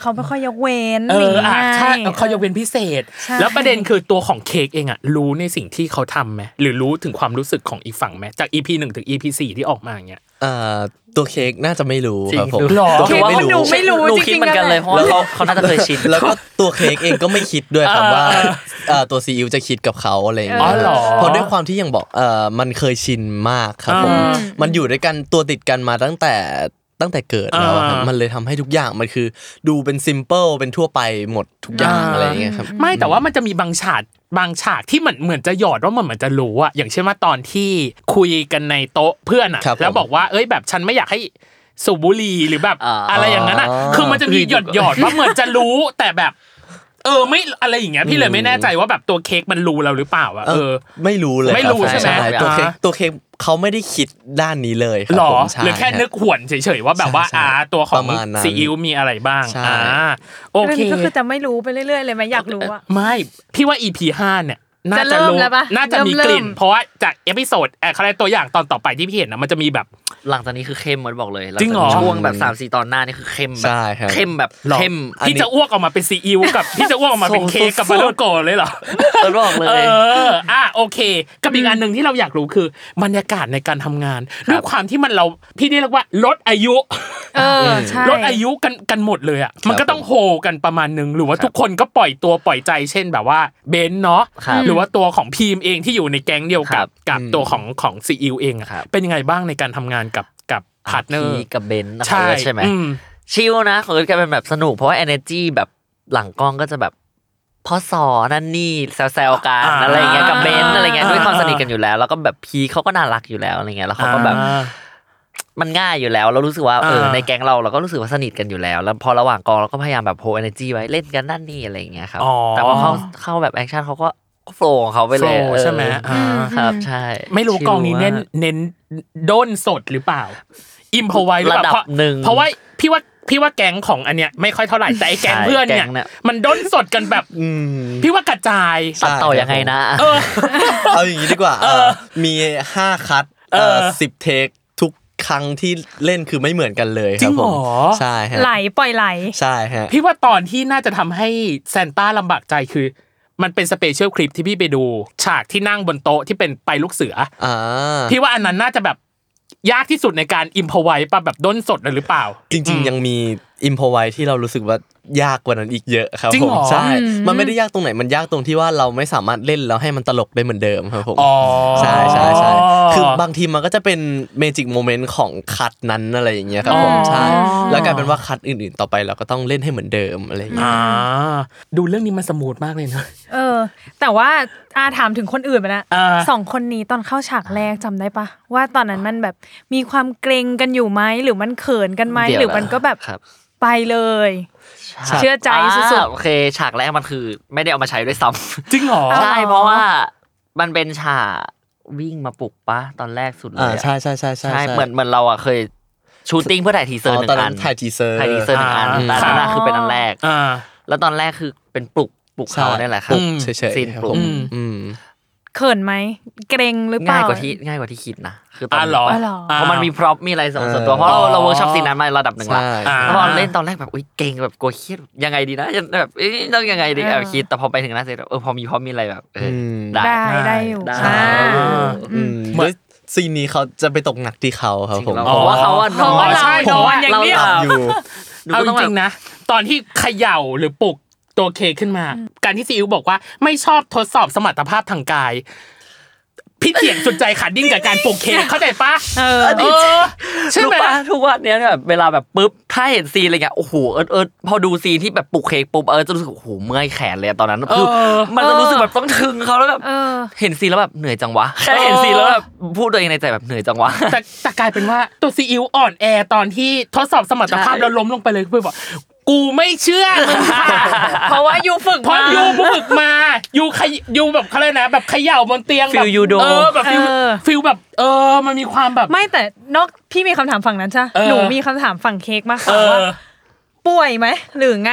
เขาไม่ค่อยยกเว้น
เอออ่ะใช่
นี่
เขายกเว้นพิเศษ
ใช่
แล้วประเด็นคือตัวของเค้กเองอะรู้ในสิ่งที่เขาทำไหมหรือรู้ถึงความรู้สึกของอีกฝั่งไหมจาก EP หนึ่งถึง EP สี่ที่ออกมาอย่างเงี้ย
เอ่อตัวเค้กน่าจะไม่รู้
จริ
ค
ง
รับผม
หรอ
ตัวเค้ก
เค้ก
ไม่
มันดู
รู้
ไม่รู้
หนู
จริงๆ
คิดเหมือนกัน
แล้ว
เลยเพราะว่าเขาเขาน่าจะเคยชิน
แล้วก็ตัวเค้กเองก็ไม่คิดด้วย ครับ
เออ
ว่าเอ่อตัวซีอิ๊วจะคิดกับเขาอะไรอย่าง
อ๋อ
เงี้ย
เหรอ
เพราะด้วยความที่อย่างบอกเอ่อมันเคยชินมากครับผม
อ่า
มันอยู่ด้วยกันตัวติดกันมาตั้งแต่ตั้งแต่เกิดแล้วอะครับ
อ่ามั
มันเลยทำให้ทุกอย่างมันคือ ดูเป็นซิมเ l ิลเป็นทั่วไปหมดทุกอย่างอะไรอย่างเงี้ยครับ
ไม่แต่ว่ามันจะมีบางฉากบางฉากที่เหมือนเหมือนจะหยอดว่ามันเหมือนจะรู้อะอย่างเช่นว่าตอนที่คุยกันในโต๊ะเพื่อนอะ
ครับผม
แล้วบอกว่าเอ้ยแบบฉันไม่อยากให้สูบบุหรี่หรือแบบ
อ่า
อะไรอย่างนั้นอะคือมันจะมีหยอดหยอดๆว่าเหมือนจะรู้ แต่แบบ เออไม่อะไรอย่างเงี้ยพี่เลยไม่แน่ใจว่าแบบตัวเค้กมันรู้เราหรือเปล่าอะ
เอ
เอ
อ
อ
ไม่รู้เลย
ไม่รู้
คบ
ใช่ไหม
ตัวเค้ก
อ่า
ตัวเค้กเขาไม่ได้คิดด้านนี้เลยครั
หร
บ
อ
ผมใช่
หรือแค่
รับ
นึกหวนเฉยๆว่าแบบว่า
ใช่ใช่
อ่าตัวขอ
ป
ง
ระมาณนั้น
ซีอิ๊วมีอะไรบ้าง
ใช่
อ่าโอเค
เรื่องนี้ก็คือจะไม่รู้ไปเรื่อยๆเลยไหมอยากรู้อะ
ไม่พี่ว่า EP ห้าเนี่ยน่า
จะเริ่
จะ
ม
รู้
แล้วปะ
น่าจะมี
เริ่ม
กลิ่น
เริ่ม
เพราะว่าจากเอพิโซดเอ่อเขาเรียกตัวอย่างตอนต่อไปที่พี่เห็นนะมันจะมีแบบ
หลังจากนี้คือเข้มหมดบอกเลยลั
จริงเหรอ
จากช่วงแบบสามสี่ตอนหน้านี่คือเข้มแบบ
ใช่ครับ
เข้มแบบ
หลอก
เข้ม
พี่จะอ้วกออกมาเป็นซีอิ๊วกับ พี่จะอ้วกออกมาเป็นเค้กกับ
สุ
บา
ดๆ
โลโกะเลยเหรอ
เออบอกเลย
เออ อ่ะโอเค กับอีกอันหนึ่งที่เราอยากรู้คือบรรยากาศในการทำงานด้วยความที่มันเราพี่เรียกว่าลดอายุ
เออใช่
ลดอายุกันกันหมดเลยอ่ะ มันก็ต้องโฮกันประมาณนึง หรือว่าทุกคนก็ปล่อยตัวปล่อยใจเช่นแบบว่าเบนซ์เนาะ
ครับ
หรือว่าตัวของพีมเองที่อยู่ในแก๊งเดียว
ค
กั
รั
บบ กับตัวของของซีอิวเองอะ
ครับ
เป็นยังไงบ้างในการทำงานกับกับพาร์ทเนอร์
พี่กับเบนซ์นะ
ใช่
เออใช่ไหม
อืม
ชิลนะของเอิร์ธก็เป็นแบบสนุกเพราะว่า energy แบบหลังกล้องก็จะแบบพอสอนั่นนี่แซวๆกัน
อ่า
อะไรอย่างเงี้ยกับเบนซ์อะไรเงี้ย
อ่า
ด้วยความสนิทกันอยู่แล้ว แล้วก็แบบพีเขาก็น่ารักอยู่แล้วอะไรเงี้ยแล้วเขาก็แบบ
อ่า
มันง่ายอยู่แล้ว เรารู้สึกว่าเออ
อ่า
ในแก๊งเราเราก็รู้สึกว่าสนิทกันอยู่แล้ว แล้วพอระหว่างกองเราก็พยายามแบบโฮ energy ไว้เล่นกันนั่นนี่อะไรอย่างเงี้ยครับ
อ๋อ
แต่พอเข้าเข้าแบบแอคชั่นเขาก็โฟล์ของเขาไป
โฟ
เลย
ล์
เออ
ใช่ไหมอ่า
ครับใช่
ไม่รู้กองนี้เน้น
ชิลมาก
เน้นด้นสดหรือเปล่า อิมพอไวหรือเปล่า
ระดับ
เพราะ
หนึ่ง
เพราะว่าพี่ว่าพี่ว่าแก๊งของอันเนี้ยไม่ค่อยเท่าไหร่แต่ไอ้แก๊ง
ใช่
เพื่อนเนี่ย
แก๊งเนี่ย
มันด้นสดกันแบบ
อืม
พี่ว่ากระจาย
ตัดต่อยังไงนะ
เออ
เอาอย่างนี้ดีกว่าเอ่อมีห้าคัดเอ่อ
เออ
สิบเทคทุกครั้งที่เล่นคือไม่เหมือนกันเลยค
จริ
รับ
งเห
ผ
รอ
มใช่ฮะ
ไหลปล่อยไหล
ใช่ฮะ
พี่ว่าตอนที่น่าจะทำให้แซนต้าลำบากใจคือ มันเป็นสเปเชียลคลิปที่พี่ไปดู ฉากที่นั่งบนโต๊ะที่เป็นไปลูกเสือ
อ่า
พี่ว่าอันนั้นน่าจะแบบยากที่สุดในการอิมพอไวปะแบบด้นสดเลยหรือเปล่า
จริง ๆ ยังมีอิมพอไวที่เรารู้สึกว่ายากกว่านั้นอีกเยอะครับ
จริง
ผม
เหรอ
ใช่ มันไม่ได้ยากตรงไหนมันยากตรงที่ว่าเราไม่สามารถเล่นแล้วให้มันตลกได้เหมือนเดิมครับผม
อ๋อ
ใช่ใช่ใช่คือบางทีมันก็จะเป็นเมจิกโมเมนต์ของคัดนั้นอะไรอย่างเงี้ยครับผมใช่แล้วกลายเป็นว่าคัดอื่นๆ ต่อไปเราก็ต้องเล่นให้เหมือนเดิมอะไรอย่างเงี้ย
อ่าดูเรื่องนี้มันสมูทมากเลยเนอะ
เออ แต่ว่าอาถามถึงคนอื่นไปแล้ว
อ่า
สองคนนี้ตอนเข้าฉากแรกจำได้ปะว่าตอนนั้นมันแบบมีความเกรงกันอยู่ไหมหรือมันเขินกันไหม
เดี๋ย
หรือ
ว
มันก็แบบ
ครับ
ไปเลย
ฉาก
เชื่อใจสุดๆ
อ่าโอเคฉากแรกมันคือไม่ได้เอามาใช้ด้วยซ้ำ
จริงเหรอ
ใช่เพราะว่ามันเป็นฉากวิ่งมาปลุกปะตอนแรกสุดเลย
อ่า
อะ
ใช่ใช่ใช่ใช่
ใช่เหมือนเหมือนเราอะเคยชูตติ้งเพื่อถ่ายทีเซอร์หนึ่
ตอง น
อั
นั้น นถ่ายทีเซอร์
ถ่ายทีเซอร์หนึ่งอัน
อ่า
แต่อันนั้นอะ
ค่ะ
คือเป็นอันแรก
อ่า
แล้วตอนแรกคือเป็นปลุกปลุกเขาเนี่ยแหละครับ
ปลุก
อืม
เฉยๆ
ซีน
ครับ
ปลุก
ผม
อืม
อืม
เขินไหมเกรงหรือเป
ง่า
ล่า
ยกว่าที่ง่ายกว่าที่คิดนะคือตอน
อ่าหรอ
อ๋อเหรอ
เพราะมันมีพร็อพมีอะไรสองส่วนตัว
เออ
เพราะเราเราเวิร์กช็อปซีนนั้นมาระดับหนึ่งละ
ใช่
อ่า
แล้วพอเล่นตอนแรกแบบอุ้ยเก่งแบบกลัวเครียดยังไงดีนะยังแบบเอ๊ะต้องยังไงดีแอบคิดแต่พอไปถึงหน้าเสร็จเออพอมีพร็อพมีอะไรแบบเอออได้
ได้ได้อยู่
ได้
อ่า
อืม
เหมือน
ด้วยซีนนี้เขาจะไปตกหนักที่เขาครับผม
เพราะว่าเขาอะน
เพราะ
อ
ว่าน เรา
ผม
นอนอย่างเดียว
หลับ
อยู่
หนู
เอา
ก็
จ
ต้องแบ
ริ
บ
งๆนะ ตอนที่เขย่าหรือปลุกตัวเคขึ้นมา การที่ซีอิ๊วบอกว่าไม่ชอบทดสอบสมรรถภาพทางกาย พี่เถียงสุดใจขาดดิ้นกับการปลุกเคเข้าใจปะ
เออ
เออใช่
รู้
ไหม
ป่ะทุกวันเนี้ยแบบเวลาแบบปุ๊บถ้าเห็นซีนอะไรเงี้ยโอ้โหเอิร์ธเอิร์ธพอดูซีนที่แบบปลุกเค้กปุ๊บเอิร์ธจะรู้สึกโอ้โหเมื่อยแขนเลยอะตอนนั้นคือ
เออ
มันจะรู้สึกแบบต้องถึงเขาแล้วแบบ
เออ
เห็นซีนแล้วแบบเหนื่อยจังวะแค่เห็นซีนแล้วแบบพูดตัวเองในใจแบบเหนื่อยจังวะ
แต่แต่กลายเป็นว่าตัวซีอิ๊วอ่อนแอตอนที่ทดสอบสมรรถภาพ
ใช่
แล้วล้มลงไปเลยเพื่อนบอกกูไม่เชื่อมึงค่ะ
เพราะว่ายูฝึก
เพราะ
มา
ยูมึงฝึกมายูขยยูแบบเขาเลยกนะ แบบเขย่าบนเตียงแบบ
ฟิลยูโด
เออแบบฟิลฟิลแบบ เออ มันมีความแบบ
ไม่แต่นอกพี่มีคำถามฝั่งนั้นใช่ปะ
เออ
หนูมีคำถามฝั่งเค้กมาก
เอ
ค่ะว่า
อ
ป่วยไหมหรือ ไง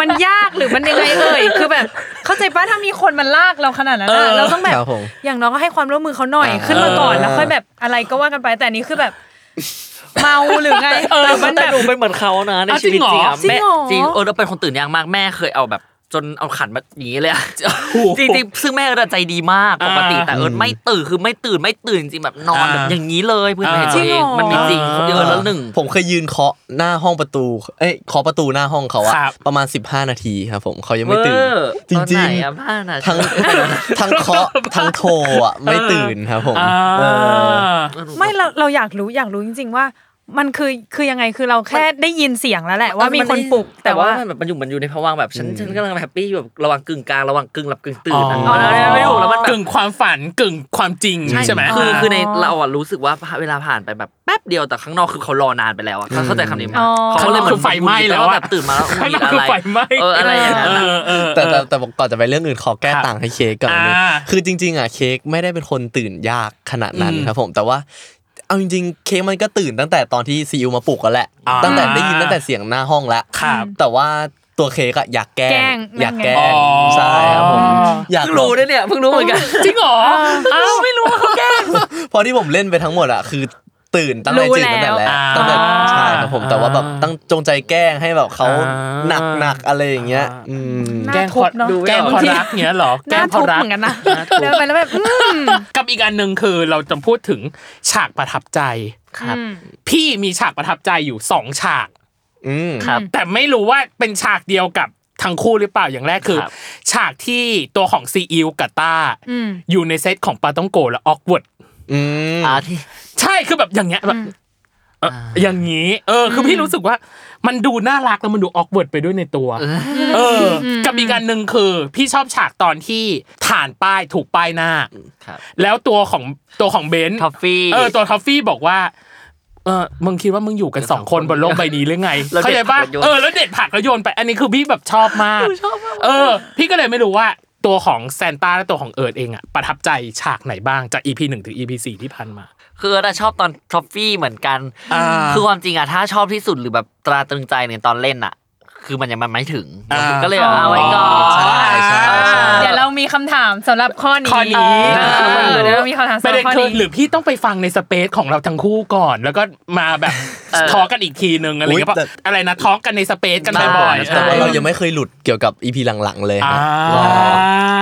มันยากหรือมันยังไงเอ่ยคือแบบ เข้าใจป้าถ้ามีคนมันลากเราขนาดนั้นอะ
เออ
เราต้องแบบ
ครับผม
อย่างน้อยก็ให้ความร่วมมือเขาหน่อยขึ้นมาก่อนแล้วค่อยแบบอะไรก็ว่ากันไปแต่อันนี้คือแบบ เมาหรือไงแต่มัน
แต่
แบบ
หนูเป็นเหมือนเขานะใน
อ้าว
ชีวิตจ
จริง
ริ
เหร
ง
อ
อะ
จริ
แม่
งเหรอ
จริงเออเราเป็นคนตื่นยากมากแม่เคยเอาแบบ จนเอาขันมาอย่างนี้เลยอะ
โอ้โห
จริงๆซึ่งแม่ก็ใจดีมากปกติ
อ่า
แต่เอิร์ธไม่ตื่นคือไม่ตื่นไม่ตื่นจริงๆแบบนอน
อ่า
แบบอย่างนี้เลยเพื่อน
อ่า
เห็นตัวเองมันมีจริง
จริงเหรอ
เดือนละหนึ่ง
ผมเคยยืนเคาะหน้าห้องประตู เอ้ยเคาะประตูหน้าห้องเขาอะ
ครับ
ประมาณ 15 นาทีครับผมเขายังไม่ตื่น
เวอร์
จ
ตอน
ริ
ไหน
ง
อะบ้านอะ
ๆ ทั้งทั้งเคาะทั้งโทรอะไม่ตื่นครับผม
อ่า
เออ
ไม่เราเราอยากรู้อยากรู้จริง ๆ ว่า มันคือคือยังไงคือเราแค่ได้ยินเสียงแล้วแหละว่ามีคนปลุกแต่ว่า
นแบบมันอยู่มันอยู่ในภวังค์แบบฉันฉันกำลังแฮปปี้อยู่แบบระหว่างกึ่งกลางระหว่างกึ่งหลับกึ่งตื่นอะ
อ๋อ
มันไม่ถูกแล้วมันแบบ
กึ่งความฝันกึ่งความจริงใช่ไหม
คือคือในเราอะรู้สึกว่าเวลาผ่านไปแบบแป๊บเดียวแต่ข้างนอกคือเขารอนานไปแล้วอะเขาเข้าใจคำนี้ไหม
อ๋อ
เขาเลยเหมือน
ข้างนอกคือไฟไหม้แล้วอะ
แบบตื่นมาแล้ว
ข้างนอก
มีะร
คือไฟไหม้
เอออะไรอย่างเงี้ย
เออเออ
แต่แต่แต่ก่อนจะไปเรื่องอื่นขอแก้
ครับ
ต่างให้เค้กก่อนเลย
อ่า
คือจริง ๆอ่ะเค้กไม่ได้เป็นคนตื่นยากขนาดนั้น
อืม
ครับผมแต่ว่าเอาจริงๆเค้กมันก็ตื่นตั้งแต่ตอนที่ซีอิวมาปลุกแล้วแหละ
อ่า
ตั้งแต่ได้ยินตั้งแต่เสียงหน้าห้องแล้ว
ครับ
แต่ว่าตัวเค้กอะอยากแกล้
แกล้
ง
ง
อยากแกล้
อ๋อง
ใช่ครับผมอยาก
เพิ่งรู้นะเนี่ยเพิ่งรู้เหมือนกัน
จริงเหรออ้าวไม่รู้เขาแก
เพราะที่ผมเล่นไปทั้งหมดอะคือตื่นตั้ง
รู้
แต่ตื่นตั้งแต่
แล้ว
แรก
อ่า
ตั้งแต่ใช่ครับผมแต่ว่าแบบตั้งจงใจแกล้งให้แบบเขา
อ่
ห
า
นักๆอะไรอย่างเงี้ยอืม
แกล้ง
น่าทุ
พอบ
เนอะ
แกล้งพอรักเนี้ยเหรอแกล้
น่าง
พอ
ทุบ
รั
เห
ก
มือนกันนะเดินไปแล้วแบบอืม
กับอีกอันหนึ่งคือเราจะพูดถึงฉากประทับใจ
ครับ
อืม
พี่มีฉากประทับใจอยู่สองฉาก
อืม
ครับ
แต่ไม่รู้ว่าเป็นฉากเดียวกับทั้งคู่หรือเปล่าอย่างแรกคือ
ครับ
ฉากที่ตัวของซีอิวกับต้า
อืม
อยู่ในเซตของปาต้องโกะและออกวด
อืม
อ่าที่
ใช่คือแบบอย่างเงี้ยแบบเอ่อออย่างนี้ เออ คือพี่รู้สึกว่ามันดูน่ารักแล้วมันดูออกวดไปด้วยในตัว เอออกับอีกอันหนึ่งคือ พี่ชอบฉากตอนที่ฐานป้ายถูกป้ายหน้า
ครับ
แล้วตัวของตัวของเบนซ์
ท็อฟฟี่
เออตัวท็อฟฟี่บอกว่า เออมึงคิดว่ามึงอยู่กันสองคนบนโลกใบนี้หรือไง
แล้ว
เข้า
เด็
ใจ
ดผั
ป่ะ
กแล้วโยน
เออแล้วเด็ดผักแล้วโยนไป อันนี้คือพี่แบบชอบมาก เออ พี่ก็เลยไม่รู้ว่าตัวของแซนต้าและตัวของเอิร์ดเองอะประทับใจฉากไหนบ้างจาก EP หนึ่งถึง EP สี่ที่พันมา
คือเราชอบตอนท็อฟฟี่เหมือนกัน
อ่า
คือความจริงอะถ้าชอบที่สุดหรือแบบตราตรึงใจเนี่ยตอนเล่นอะคือมันยังมันไม่ถึง
อ่า
ก็เลยแบบเอาไว้ก่อน
ใช่ใช่ใช่
เดี๋ยวเรามีคำถามสำหรับข้อนี้
ข้อนี้
เออเดี๋ยวเรามีคำถาม
ป
สำหรั
ระเด็
บ
น
ข้อ
คือ
นี้
หรือพี่ต้องไปฟังในสเปซของเราทั้งคู่ก่อน แล้วก็มาแบบทอล์กกันอีกทีนึงอะไรเงี้ย
อุ๊ยแต่
อะไรนะทอล์กกันในสเปซกันบ่อยๆ
ใช่
แต่ว่า
ออ
เรายังไม่เคยหลุดเกี่ยวกับอีพีหลังๆเลยครับ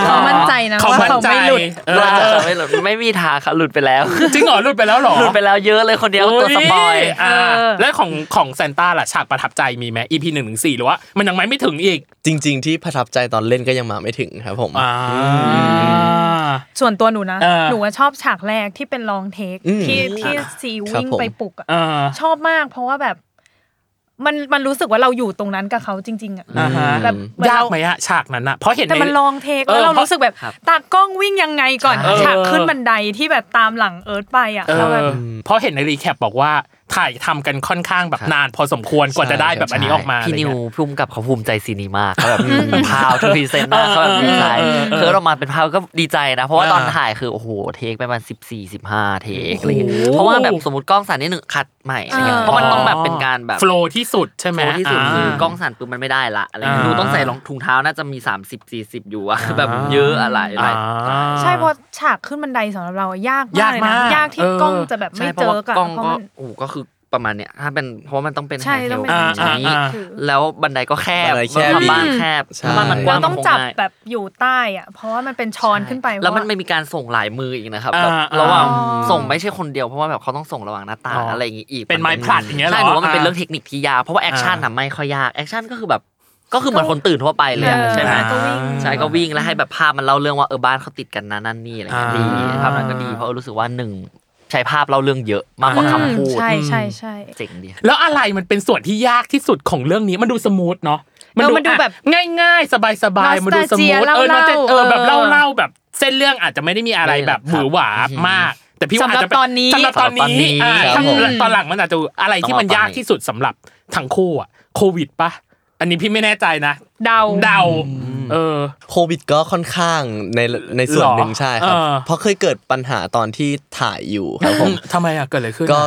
เขามั่นใจนะว่าเขาไม่หลุด
เออ
น่าจะไม่หลุดไม่มีทางค่ะหลุดไปแล้ว
จริงเหรอหลุดไปแล้วเหรอ
หลุดไปแล้วเยอะเลยคนเดียวตัวสปอย
โอ่า
เออ
แล้วของของแซนต้าล่ะฉากประทับใจมีไหม EP หนึ่งถึงสี่หรือว่า มันยังไม่ไม่ถึงอีก
จริง ๆ ที่ประทับใจตอนเล่นก็ยังมาไม่ถึงครับผม
อ่า
ส่วนตัวหนูนะ
เออ
หนูว่าชอบฉากแรกที่เป็นลองเทค
อืม
ที่ที่ซี
ครับ
วิ่ง
ผม
ไปปลุกอะ
อ่า
ชอบมาก เพราะว่าแบบมันมันรู้สึกว่าเราอยู่ตรงนั้นกับเขาจริง ๆอะ
อ่าฮะ
แบบเหมือน
ยาก
เรา
ไหมอะฉากนั้นอะเพราะเห็น
แต่มัน
ใน
ลองเทค
เอ
แล้
อ
วเรารู้สึกแบบ
ครับ
ตากล้องวิ่งยังไงก่อน
เออ
ฉากขึ้นบันไดที่แบบตามหลังเอิร์ธไปอะ
เอ
แล้วแบบ
อเพราะเห็นในรีแคปบอกว่าถ่ายทำกันค่อนข้างแบบ
ครับ
นานพอสมควรกว่าจะได้แบบอันนี้ออกมา
พี่นิว
อะไรเงี้ย
พุ่มกับเขาภูมิใจซีนีมากเขาแบบพาวทูพีเซนต์มากเขาแบบดีใจ
เออเออเออ
คือออกมาเป็นพาวก็ดีใจนะ เพราะว่า
อ่า
ตอนถ่ายคือโอ้โหเทคประมาณสิบสี่สิบห้าเทคอะไรเงี้ย
โอ้โห
เพราะว่าแบบสมมติกล้องสั่นนิดหนึ่งคัดใหม่อะไรเงี้ย
อ่า
เพราะมันต้องแบบเป็นการแบบ
โฟลว์ที่สุดใช่ไหม
โฟลว์ที่สุดคือกล้องสั่นปุ๊บมันไม่ได้ละอะไรเงี้ย
อ่า
ดูต้องใส่รองถุงเท้าน่าจะมี 30 40 อยู่อะแบบเยอะอะไรอะไร
อ่า
ใช่เพราะฉากขึ้นบันไดสำหรับเราอะยากมากเลยนะ
ยากมาก
ยากที่
เออ
กล้องจะแบบไม่
ใช่เพ
เจ
ราะ
อ
ว่า
กัน
กล้อง
เพราะ
ก็
มัน
โอ้โหก็คือประมาณเนี้ยถ้าเป็นเพราะว่ามันต้องเป็น
ใช่
ไฮเท
ต้อ
ล
งเป็น
แบ
อ่า
บนี้
อ่าอ่า
แล้วบันไดก็แคบ
บันไดแคบ
บ้านแคบ
ใช่
บ้านมันก
เรา
ว้าง
ต้อง
มันค
จับ
ง่าย
แบบอยู่ใต้อะเพราะว่ามันเป็นช้อนขึ้นไปเพราะ
แล้วมัน
ว่า
ไม่มีการส่งหลายมืออีกนะครับ
อ่า
แบบ
อ่า
ระหว่าง
อ๋อ
ส่งไม่ใช่คนเดียวเพราะว่าแบบเขาต้องส่งระหว่างหน้าต่า
อ๋
ง
ออ
อะไรอย่างงี้อีก
เป็นไม้ผลัดอย่างเงี้ยเหรอ
ใช่หนูว่ามันเป็น
อ่า
เรื่องเทคนิคที่ยากเพราะว่าแอคชั่นน่ะไม่ค่อยยากแอคชั่นก็คือแบบก็คือเหมือนคนตื่นทั่วไปเลยอะ
เออ
ใช่ไหม
ก็วิ่ง
ใช่ก็วิ่งแล้วให้แบบภาพมันเล่าเรื่องว่าเออบ้านเขาติดกันนะนั่นนี่อะไรอย่างเงี้ย
อ่า
ดีภาพนั้นก็ดีเพราะรู้สึกว่าหนึ่งใช้ภาพเล่าเรื่องเยอะมากกว่าคำพูด
ใช่ใช่ใช่
เจ๋งดี
แล้วอะไรมันเป็นส่วนที่ยากที่สุดของเรื่องนี้มันดูสมูทเนาะ
เออมันดูแบบ
ง่ายง่ายๆ สบายๆ มันดูสมูท
Nostalgia
เออ
เล่าๆ
น่าจะเออแบบ
เออ
เล่าๆแบบ เส้นเรื่องอาจจะไม่ได้มีอะไรแบบหวือหวามาก แต่พี่ว่าอาจจะเป็
สำหรับตอนนี้
สำหรับตอนนี้อ่า
ครับผม
ตอนหลังมันอาจจะอะไรที่มันยากที่สุดสำหรับทั้งคู่อะโควิดปะอันนี้พี่ไม่แน่ใจนะ
เดา
เดาเออ
โควิดก็ค่อนข้างในในส่วนหนึ่ง
หรอ
ใช่ครับ
เออ
เพราะเคยเกิดปัญหาตอนที่ถ่ายอยู่ครับผม
ทำไมอะเกิดอะไรขึ้น
ก็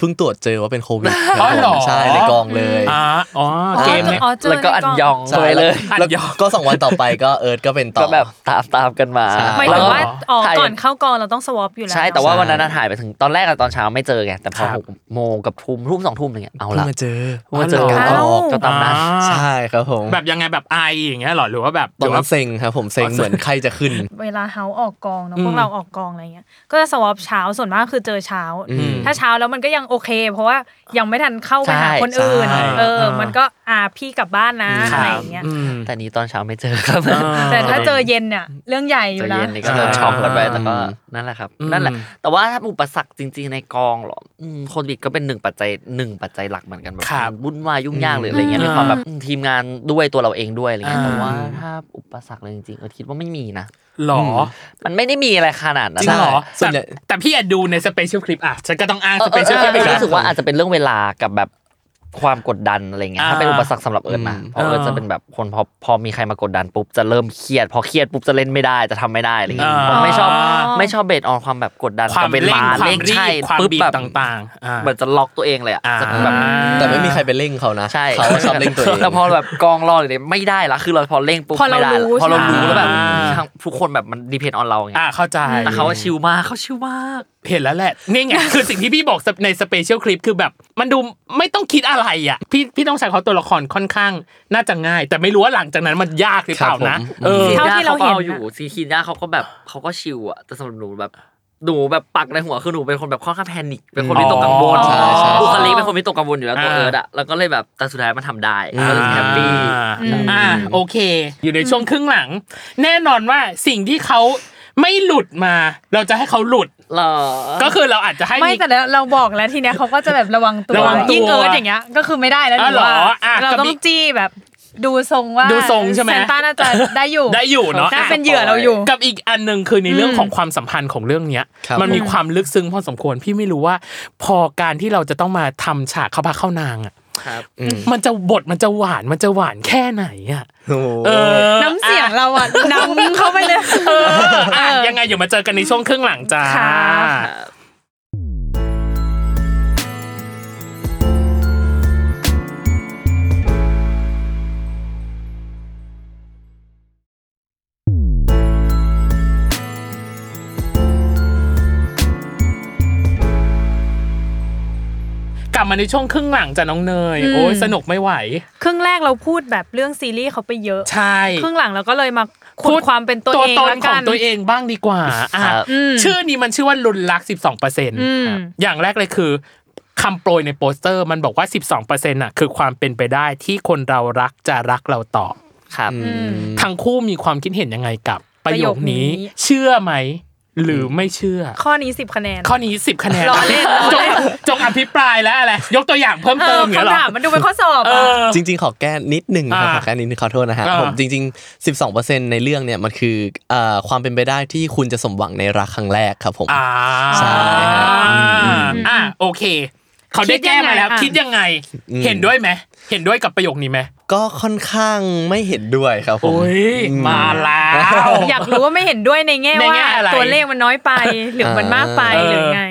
เพิ่งตรวจเจอว่าเป็นโควิด
อ๋อเหรอ
ใช่ในกองเลย
อ่าอ๋อเกมเนี่ย
อ๋อเจอ
แล้วก็อันยอง
ใช่
ไปเลย
แล้วแล้วก็สองวันต่อไปก็เอิร์ธก็เป็นต่อ
ก็แบบตามตามกันมา
ใช่
หมายถึงว่า
แล้ว
อ๋อ
ใช่
ก่อนเข้ากองเราต้องสวอปอยู่แล้ว
ใช่แต่ว่า
ใช่
วันนั้นน่ะถ่ายไปถึงตอนแรกอะตอนเช้าไม่เจอไงแต่พอ
ครับ
หกโมงกับทุ่มทุ่มสองทุ่มอะไรเงี้ยเอา
เพิ่ง
ละ
มาเจอ
เพิ่งมาเจอกัน
อ๋อ
ก็ตามนั้น
อ่า
ใช่ครับผม
แบบยังไงแบบไออย่างเงี้ยเหรอหรือว่าแบบ
ต
หรื
อน
อ
นั้
ว่า
นเซ็งครับผมเซ็งเหมือนไข้จะขึ้น
เวลาเฮาออกกองเนาะ
อืม
พวกเราออกกองอะไรเงี้ยก็จะสวอปเช้าส่วนมากคือเจอเช้า
อืม
ถ้าเช้าแล้วมันก็ยังโอเค เพราะว่ายังไม่ทันเข้าไปหา
ใช่
คนอื่น
ใช่
เออ
เออ
มันก็อ่าพี่กลับบ้านนะ
ค
อะไร
รั
อบ ย่างเงี้ย
อืม
แต่นี้ตอนเช้าไม่เจอครับ
อ่า
แต่ถ้าเจอเย็นเนี่ยเรื่องใหญ่อ
เจ
ยู่
อ
นะ
เย็นนี่ก็เริ่มช็อกกันไปแต่ก็นั่นแหละครับ
อืม
นั่นแหละ แต่ว่าถ้าอุปสรรคจริง ๆในกองเหรออืมโควิดก็เป็นหนึ่งปัจจัยหนึ่งปัจจัยหลักเหมือนกันแบบ
ครับ
วุ่นวายยุ่งยากหรืออะไรเงี้ย
อืม
มีความแบบทีมงานด้วยตัวเราเองด้วยอะไรเงี้ย
อ่า
แต่ว่าถ้าอุปสรรคเลยจริงๆเออคิดว่าไม่มีนะ
หรอ
มันไม่ได้มีอะไรขนาดนั้น
จริงเหรอ
ส่วนใหญ่
แต่แต่พี่อะดูในสเปเชียลคลิปอ่ะฉันก็ต้องอ้าง
เอ
ส
อเอ
เป
อ
เชียลค
เอ
ลิ
อ
ปอีก
เออ
แล้ว
รู้สึกว่าอาจจะเป็นเรื่องเวลากับแบบความกดดันอะไรเงี้ยถ้าเป็น
อ่า
อุปสรรคสำหรับเอิร์นนะ
อืม
เพราะเอิร์นจะเป็นแบบคนพอพอมีใครมากดดันปุ๊บจะเริ่มเครียด พอเครียดปุ๊บจะเล่นไม่ได้จะทำไม่ได้อะไรเงี้ย
อ่า
ผมไม่ชอบไม่ชอบเบสออนความแบบกดดัน
ความ
กับ
เร่งความ
ร่
รี
ใช่
บความ
ปุ๊บ
บีบ
แบบ
ต่างๆอ่า
เหมือนจะล็อกตัวเองเลยอ่ะ
อ่า
จะแบบ
แต่ไม่มีใครไปเร่งเขานะ
ใช่
เขาชอบเร่งตัวเอง
แล้วพอแบบกองรออยู่เลยไม่ได้ละคือเราพอเร่งปุ๊บ
พอเรา
ไม่ได้ละ
รู้
พอเรารู้
ใช่
แล้วแบบ
อ่า
ทั้งทุกคนแบบมันดีเพนออนเราไง
อ่าเข้าใจ
แต่เขาว่าชิลมากเขาชิลมาก
เห็นแล้วแหละนี่ไง คือสิ่งที่พี่บอกในสเปเชียลคลิปคือแบบ มันดูไม่ต้องคิดอะไรอ่ะ พี่พี่ต้องใช้เขาตัวละครค่อนข้างน่าจะง่าย แต่ไม่รู้ว่าหลังจากนั้นมันยากหรือเปล่านะ
ครับผม
เออ
ซี
เท่า
ย่
ที่เราเห็น
ขก็ออยู่
น่ะ
ซีคินย่าเขาก็แบบเขาก็ชิวอะแต่สำหรับหนูแบบหนูแบบปักในหัวคือหนูเป็นคนแบบค่อนข้างแพนิคเป็นคนวิตกกังวล
อ๋อ
ใช่ใช่
บุคลิกเป็นคนวิตกกังวลอยู่แล้วตัว
อ่า
เอิร์ดอะแล้วก็เลยแบบแต่สุดท้ายมันทำได้ก็เลยแฮปปี้
อืม
อ่าโอเค อยู่ในช่วงครึ่งหลัง แน่นอนว่าสิ่งที่เขาไม่หลุดมา เราจะให้เขาหลุด
หรอ
ก็คือเราอาจจะให้
ไม่
มี
แต่เราเราบอกแล้วทีเนี้ยเขาก็จะแบบระวังตัว
ระวังตัว
ยิ่งเอิร์ธอย่างเงี้ยก็คือไม่ได้แล้ว
อ๋อ
หรือว่า
เหรออ่ะ
เรา
ก็
ต้อ
มี
งจี้แบบดูทรงว่า
ดูทรงใช่ไหม
ซนต้าน่าจะได้อยู่
ได้อยู่เนอะ
น่เป็นเหยื่อเราอยู่
กับอีกอันหนึ่งคือในเรื่องของความสัมพันธ์ของเรื่องเนี้ย
ครับ
มันมีความลึกซึ้งพอสมควรพี่ไม่รู้ว่า พอการที่เราจะต้องมาทำฉากเข้าพระเข้านางอ่ะ
ครับ
มันจะบทมันจะหวานมันจะหวานแค่ไหนอ่ะ
โอ้โห
เออ
น้ำเสียงเราอ่ะนำเข้าไปเลย
เอออ่ะยังไงอยู่มาเจอกันในช่วงครึ่งหลังจ้า
ค่ะ
กลับมาในช่วงครึ่งหลังจ้ะน้องเนย
อืม
โอ้ยสนุกไม่ไหว
ครึ่งแรกเราพูดแบบเรื่องซีรีส์เขาไปเยอะ
ใช่
ครึ่งหลังเราก็เลยมาขุดความเป็นตัว
ตัว
เอง
ตน
ละ
ข
กั
อง
น
ตัวเองบ้างดีกว่าอ่ะ
ครับ
อืม
ชื่อนี้มันชื่อว่าลุนลัก 12เปอร์เซ็นต์
ม
อย่างแรกเลยคือคำโปรยในโปสเตอร์มันบอกว่า 12เปอร์เซ็นต์น่ะคือความเป็นไปได้ที่คนเรารักจะรักเราตอบ
ครับ
อืม
ทั้งคู่มีความคิดเห็นยังไงกับประโยคนี้
ประโยคนี้
เชื่อไหม หรือไม่เชื่อ
ข้อนี้สิบคะแนน
ข้อนี้ 10 คะแนน
ล้อเล่นล้อ
จง
เล่น
จงอภิปรายแล้วอะไรยกตัวอย่างเพิ่ม
เอ
เติ
อ
มอย่างเงี้ยเห
คำ
รอ
ถามมันดูเป็นข้อสอบ
เอ
อะ
อ
จริงๆ ขอแก้นิดหนึ่งครับ
อ่า
ขอแก้นิดนึงขอโทษนะฮะ
อ่า
ผมจริงๆ 12%ในเรื่องเนี่ยมันคือเอ่อความเป็นไปได้ที่คุณจะสมหวังในรักครั้งแรกครับผม
่า
ใช่ครับอืม
อ่าโอเค เขาได้แก้มาแล้ว คิดยังไง เห็นด้วยไหมเห็นด้วยกับประโยคนี้ไหม
ก็ค่อนข้างไม่เห็นด้วยครับผม
โอ้ยมาแล้ว
อยากรู้ว่าไม่เห็นด้วยในแง่
ใน
ว่า
แง่อะไร
ตัวเลขมันน้อยไป หรือมันมากไป
เออ
หรือไง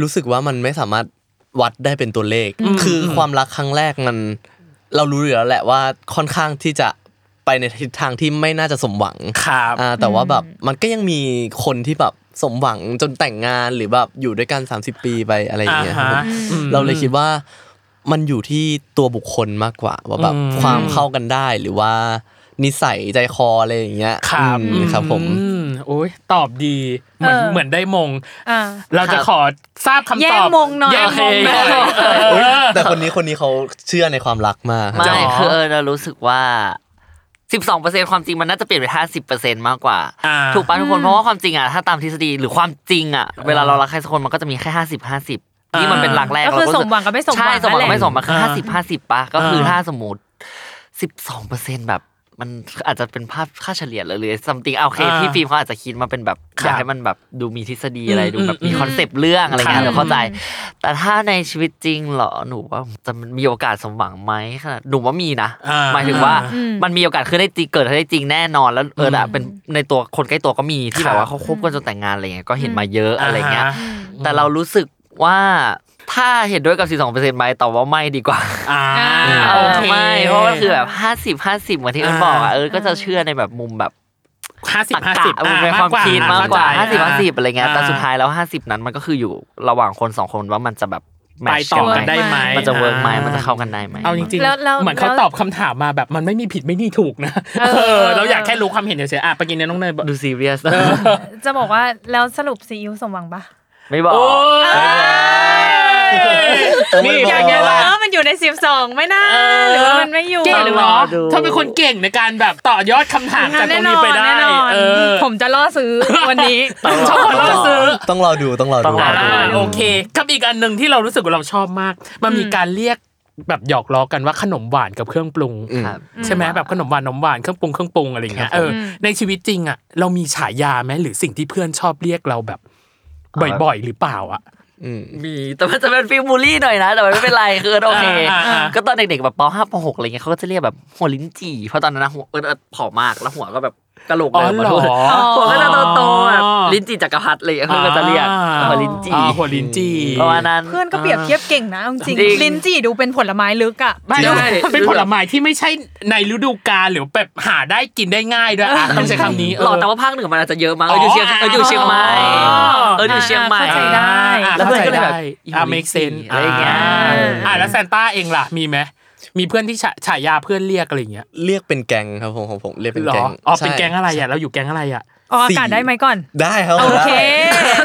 รู้สึกว่ามันไม่สามารถวัดได้เป็นตัวเลข คือความรักครั้งแรกมัน เรารู้อยู่แล้วแหละว่าค่อนข้างที่จะไปในทิศทางที่ไม่น่าจะสมหวัง
ครับ
อ่าแต่ว่าแบบมันก็ยังมีคนที่แบบสมหวังจนแต่งงานหรือแบบอยู่ด้วยกัน 30 ปีไปอะไรอย่างเงี้ยค
อ่า
รับ
ฮะ
ผมเราเลยคิดว่ามันอยู่ที่ตัวบุคคลมากกว่า ว่าแบบ
อืม
ความเข้ากันได้หรือว่า นิสัยใจคออะไรอย่างเงี้ย
ครับ
อืมครับผม
อืมโอ้ยตอบดีเหมือน
เออ
เหมือนได้มง
อ่า
เราจะขอทราบคำตอบ
แย่งมงหน่อย
แย่งมงหน่อย
เอ้ย
เออ
แต่คนนี้คนนี้เขาเชื่อในความรักมากครับ
ไม่
จ๋อ
คือเออเรารู้สึกว่า 12%ความจริงมันน่าจะเปลี่ยนไป50%มากกว่า
อ่า
ถูกป่ะทุกคน เพราะว่าความจริงอ่ะถ้าตามทฤษฎีหรือความจริงอ่ะ เวลาเรารักใครสักคนมันก็จะมีแค่ 50 50นี่มันเป็นหลักแรก
ก็คือ
เรารู้
สมหวังกับไม่สมหวัง
ใช่สมหวัง
นั่แห
กัน
ละ
บไม่สมหวังคือ
อ่า
ห้าสิบห้าสิบป่ะก็คือ
เออ
ถ้าสมมติ12เปอร์เซ็นต์แบบ มันอาจจะเป็นภาพค่าเฉลี่ยเลยหรือ something เอาโอเคพี่ฟิล์มเขาอาจจะคิดมาเป็นแบบอยากให้มันแบบดูมีทฤษฎีอะไรดูแบบมีคอนเซปต์เรื่องอะไรเงี้ยเราเข้าใจ แต่ถ้าในชีวิตจริงเหรอหนูว่าจะมีโอกาสสมหวังไหมขนาดหนูว่ามีนะ
อ่า
หมายถึงว่ามันมีโอกาสคือได้จริงเกิดขึ้นได้จริงแน่นอนแล้วเอออะเป็นในตัวคนใกล้ตัวก็มีที่แบบว่าเขาคบกันจนแต่งงานอะไรเงี้ยก็เห็นมาเยอะอะไรเงี้ย แต่เรารู้สึกว่า ถ้าเห็นด้วยกับ 12เปอร์เซ็นต์ไหมตอบว่าไม่ดีกว่า
อ่า
เอ
โอ
อ
เค
ไม่เพราะว่าคือแบบห้าสิบห้าสิบเหมือนที่เอิญบอกอ่ะเอิญก็จะเชื่อในแบบมุมแบบ
ห้าสิบ
ตรร
ห้าสิบ
กะมุมในความคิดมากกว่าห้าสิบห้าสิบอะไรเงี้ยแต่สุดท้ายแล้วห้าสิบนั้นมันก็คืออยู่ระหว่างคนสองคนว่ามันจะแบบแม
ไป
ทช์
ต่อ
กั
กัน น
ไหม
ได้ไหม
มันจะเวิร์กไหมมันจะเข้ากันได้ไหม
เอาจริง
แล้วแล้ว
ๆเหมือนเขา
แล้ว
ตอบคำถามมาแบบมันไม่มีผิดไม่มีถูกนะ
เออ
เออเราอยากแค่รู้ความเห็นเฉยๆอ่ะไปกินเนี่ยน้องเนยบอก
ดูซีเรียส
จะบอกว่าแล้วสรุปซีอิ๊วสมหวังปะ
ไม่บอก
โอ้ย
ไม่
นี่
บอก
อย่างเงี้ย
เอ
ล่ะ
อมันอยู่ในสิบสองไม่น่าหรือว่ามันไม่อยู่
เก่ง
หรือ
เหร
ว่า
อเธอเป็นคนเก่งในการแบบต่อยอดคำถามจากตรงนี้ไปได้
แน่นอน
เออ
ผมจะล่อซื้อวันนี้
ชอบคนล่อซื้อ
ต้องรอดูต้องรอ
ต้อ
ดู
งร
อ่า
ดู
โอเคกับอีกอันหนึ่งที่เรารู้สึกว่าเราชอบมาก มันมีการเรียกแบบหยอกล้อกันว่าขนมหวานกับเครื่องปรุง
ครับ
ใช่ไหมแบบขนมหวานขนมหวานเครื่องปรุงเครื่องปรุงอะไรอย่างเงี้ยเอออ
ม
ในชีวิตจริงอ่ะเรามีฉายาไหมหรือสิ่งที่เพื่อนชอบเรียกเราแบบ บ่อยๆ หรือเปล่าอ่ะ
มีแต่มันจะเป็นฟิลบูลลี่หน่อยนะ แต่มันไม่เป็นไร คือโอเค
อ่าอ่าอ่า
ก็ตอนเด็กๆแบบป .5 ป .6 อะไรเงี้ยเขาก็จะเรียกแบบหัวลิ้นจี่เพราะตอนนั้นนะหัวเออผอมมากแล้วหัวก็แบบกระโหลกเดินมาด้วย
อ๋อเหรอ
หัวก็จะโตๆแบบ
อ๋อ
ลิ้นจี่จักรพรรดิอะไรเลยเขาก็จะเรียกหัวลิ้นจี่
อ่าหัวลิ้นจี่
ประมาณนั้น
เพื่อนก็เปรียบเทียบเก่งนะเอาจริง
จริง
ลิ้นจี่ดูเป็นผลไม้ลึกอ่ะ
ไม่
ใช่
เป็นผลไม้ที่ไม่ใช่ในฤดูกาลหรือแบบหาได้กินได้ง่ายด้วยอ่ะต้องใช้คำนี้เ
หล่อแต่ว่าภาคเหนือมันอาจจะเยอะมั้งเอออยู่เชียงเอออยู่เชียงใหม่
อ๋อ
เอออยู่เชียงใหม่
เข้าใจได้
แล้
แล้ว
วเพื่
เพื่อ
อน นก็
ก็เลแบ
เลยยแบบ บ
อ่าเมกเซน
อะไรอย่างเงี้ย
อ่าแล้วแซนต้าเองล่ะมีไหมมีเพื่อนที่ฉะฉายาเพื่อนเรียกอะไรอย่างเงี้ย
เรียกเป็นแกงครับผมของผมเรียกเป็น
เหรอ
แกง
อ๋อ
ใช่
เป็นแก๊งอะไรอ่ะเราอยู่แก๊งอะไรอ่ะ
ออกอากาศ
สี่
ได้ไหมก่อน
ได้ครับผม
โอเค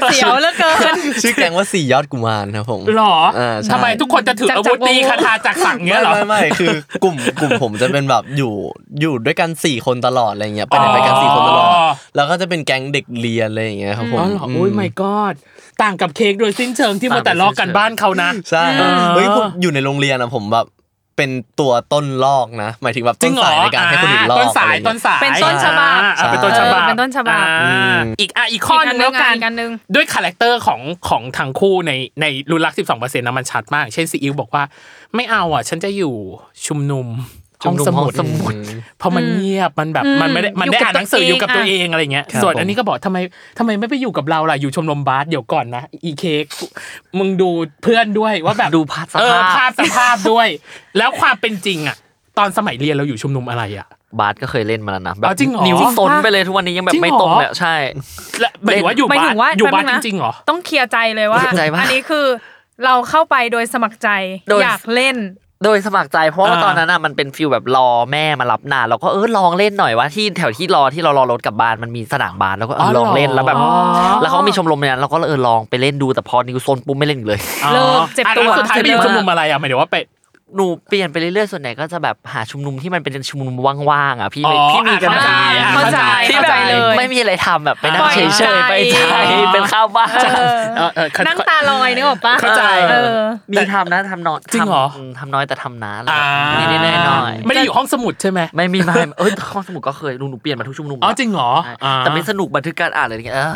ได้
เสียวเหลือเกิน
ชื่อแกงว่าสี่ยอดกุมารครับผม
หรอ
เออใช่
ทำไมทุกคนจะถือ
จับ
อาวุธ
จับ
ตี
งู
คาถาจักรสังเงี้ยเหรอ
ไม่ไม่ไม่คือกลุ่มกลุ่มผมจะเป็นแบบอยู่อยู่ด้วยกันสี่คนตลอดอะไรเงี้ยไปไหนไปกันสี่คนตลอด
อ๋อ
แล้วก็จะเป็นแก๊งเด็กเรียนอะไรอย่างเงี้ยครับผม
อ๋อเหรออุ้ยไม่กอดต่างกับเค้กโดยสิ้นเชิงที่มาแต่ลอกกันบ้านเขานะ
ใช่
เออ
เฮ้ยผมอยู่ในโรงเรียนอะผมแบบเป็นตัวต้นลอกนะ หมายถึงแบบ
จริ
ต้
ง
น
เหรอ
สายในการให้คนอื่นลอก
ต้นสาย
อะไรเงี้
ต้นสาย
เป็นต้นฉบับ
อ่าเป็นต้นฉ
เอ
บับ
อเป็นต้นฉบับ
อ่าอีกอ่ะอีกข้อหนึงแล้วกัน
อีอันหนึง
ด้วยคาแรคเตอร์ของของทางคู่ในในรุ่นรัก 12เปอร์เซ็นต์นะมันชัดมาก เช่นซีอิ๊วบอกว่า ไม่เอาอ่ะ ฉันจะอยู่ชุมนุมห้องสมุด
ชุมนุมห้องสมุด
เพราะมันเงียบมันแบบ
อืม
มันไม่ได้มัน
อยู่กับ
ได้อ่านหนังสือ
ตัวเอง
อยู่กับตัว
อ่ะ
เองอะไรเงี้ยส่วนอันนี้ก็บอกทำไมทำไมไม่ไปอยู่กับเราล่ะอยู่ชมรมบาสเดี๋ยวก่อนนะอีเค้กมึงดูเพื่อนด้วยว่าแบบ
ดูภาพส
เอ
ภ
อภา
า
พ
พ
สภาพด้วย แล้วความเป็นจริงอ่ะ ตอนสมัยเรียนเราอยู่ชุมนุมอะไรอ่ะ
บาสก็เคยเล่นมาแล้วนะแบ
อ๋
บ
อจริงเหรอ
นิ้วซนไปเลยทุกวันนี้ยังแบบไม่ตรงเลย
จริงเหรอ
ใช่
และหมายถึงว่าอยู่
หมาย
บา
ถึ
ส
งว่า
อยู่บาส
แป๊บนึง
จ
นะ
ริงๆเหรอ
ต้องเคลียร์ใจเลยว่า
เคลียร์ใจว่า
อันนี้คือเราเข้าไปโดยสมัครใจ
โดย
อยากเล่น
โดยสมัครใจเพราะว่า
อ่า
ตอนนั้นน่ะมันเป็นฟิลแบบรอแม่มารับนานเราก็เออลองเล่นหน่อยว่าที่แถวที่รอที่เรารอรถกลับบ้านมันมีสนามบาสแล้วก็เออ
อเหร
ล
อ
องเล่นแล้วแบบ แล้วเขาก็มีชมรมในนั้นเราก็เออลองไปเล่นดูแต่พอนิ้วซนปุ๊บไม่เล่นอีกเลย
อ๋อ
เริ่มเจ็บตัว
อ่ะแล้สุดท้ายไปอยู่ชุมนุมอะไรอ่ะหมายถึงว่าไป
หนูเปลี่ยนไปเรื่อยๆส่วนใหญ่ก็จะแบบหาชุมนุมที่มันเป็นชุมนุมว่างๆอ่ะพี่
อ๋อ
พี่มีกัน
เข้าใจ
เข้าใจ
ที่แบบ
เข้าใจเลย
ไม่มีอะไรทำแบบไปนั่
ป
ง
ล่อย
เฉยๆ
ใจ
ไปใจเป็นข้าวบ้าน
เออ
เออเออเข้า
นั่งตาลอยนึกออกปะ
เข้าใจ
เออ
มีทำนะทำน้อย
จริงเหรอ
ทำทำน้อยแต่ทำนะอะไร
อ่า
แบบนิดๆหน่อยๆ
ไม่ได้อยู่ห้องสมุดใช่ไหม
ไม่มีไม่เอ้ยห้องสมุดก็เคยหนูหนูเปลี่ยนมาทุกชุมนุม
อ๋อจริงเหรอ
ใช่
อ่า
แต่ไม่สนุกบันทึกการอ่านอะไรอย่างเงี้ยเออ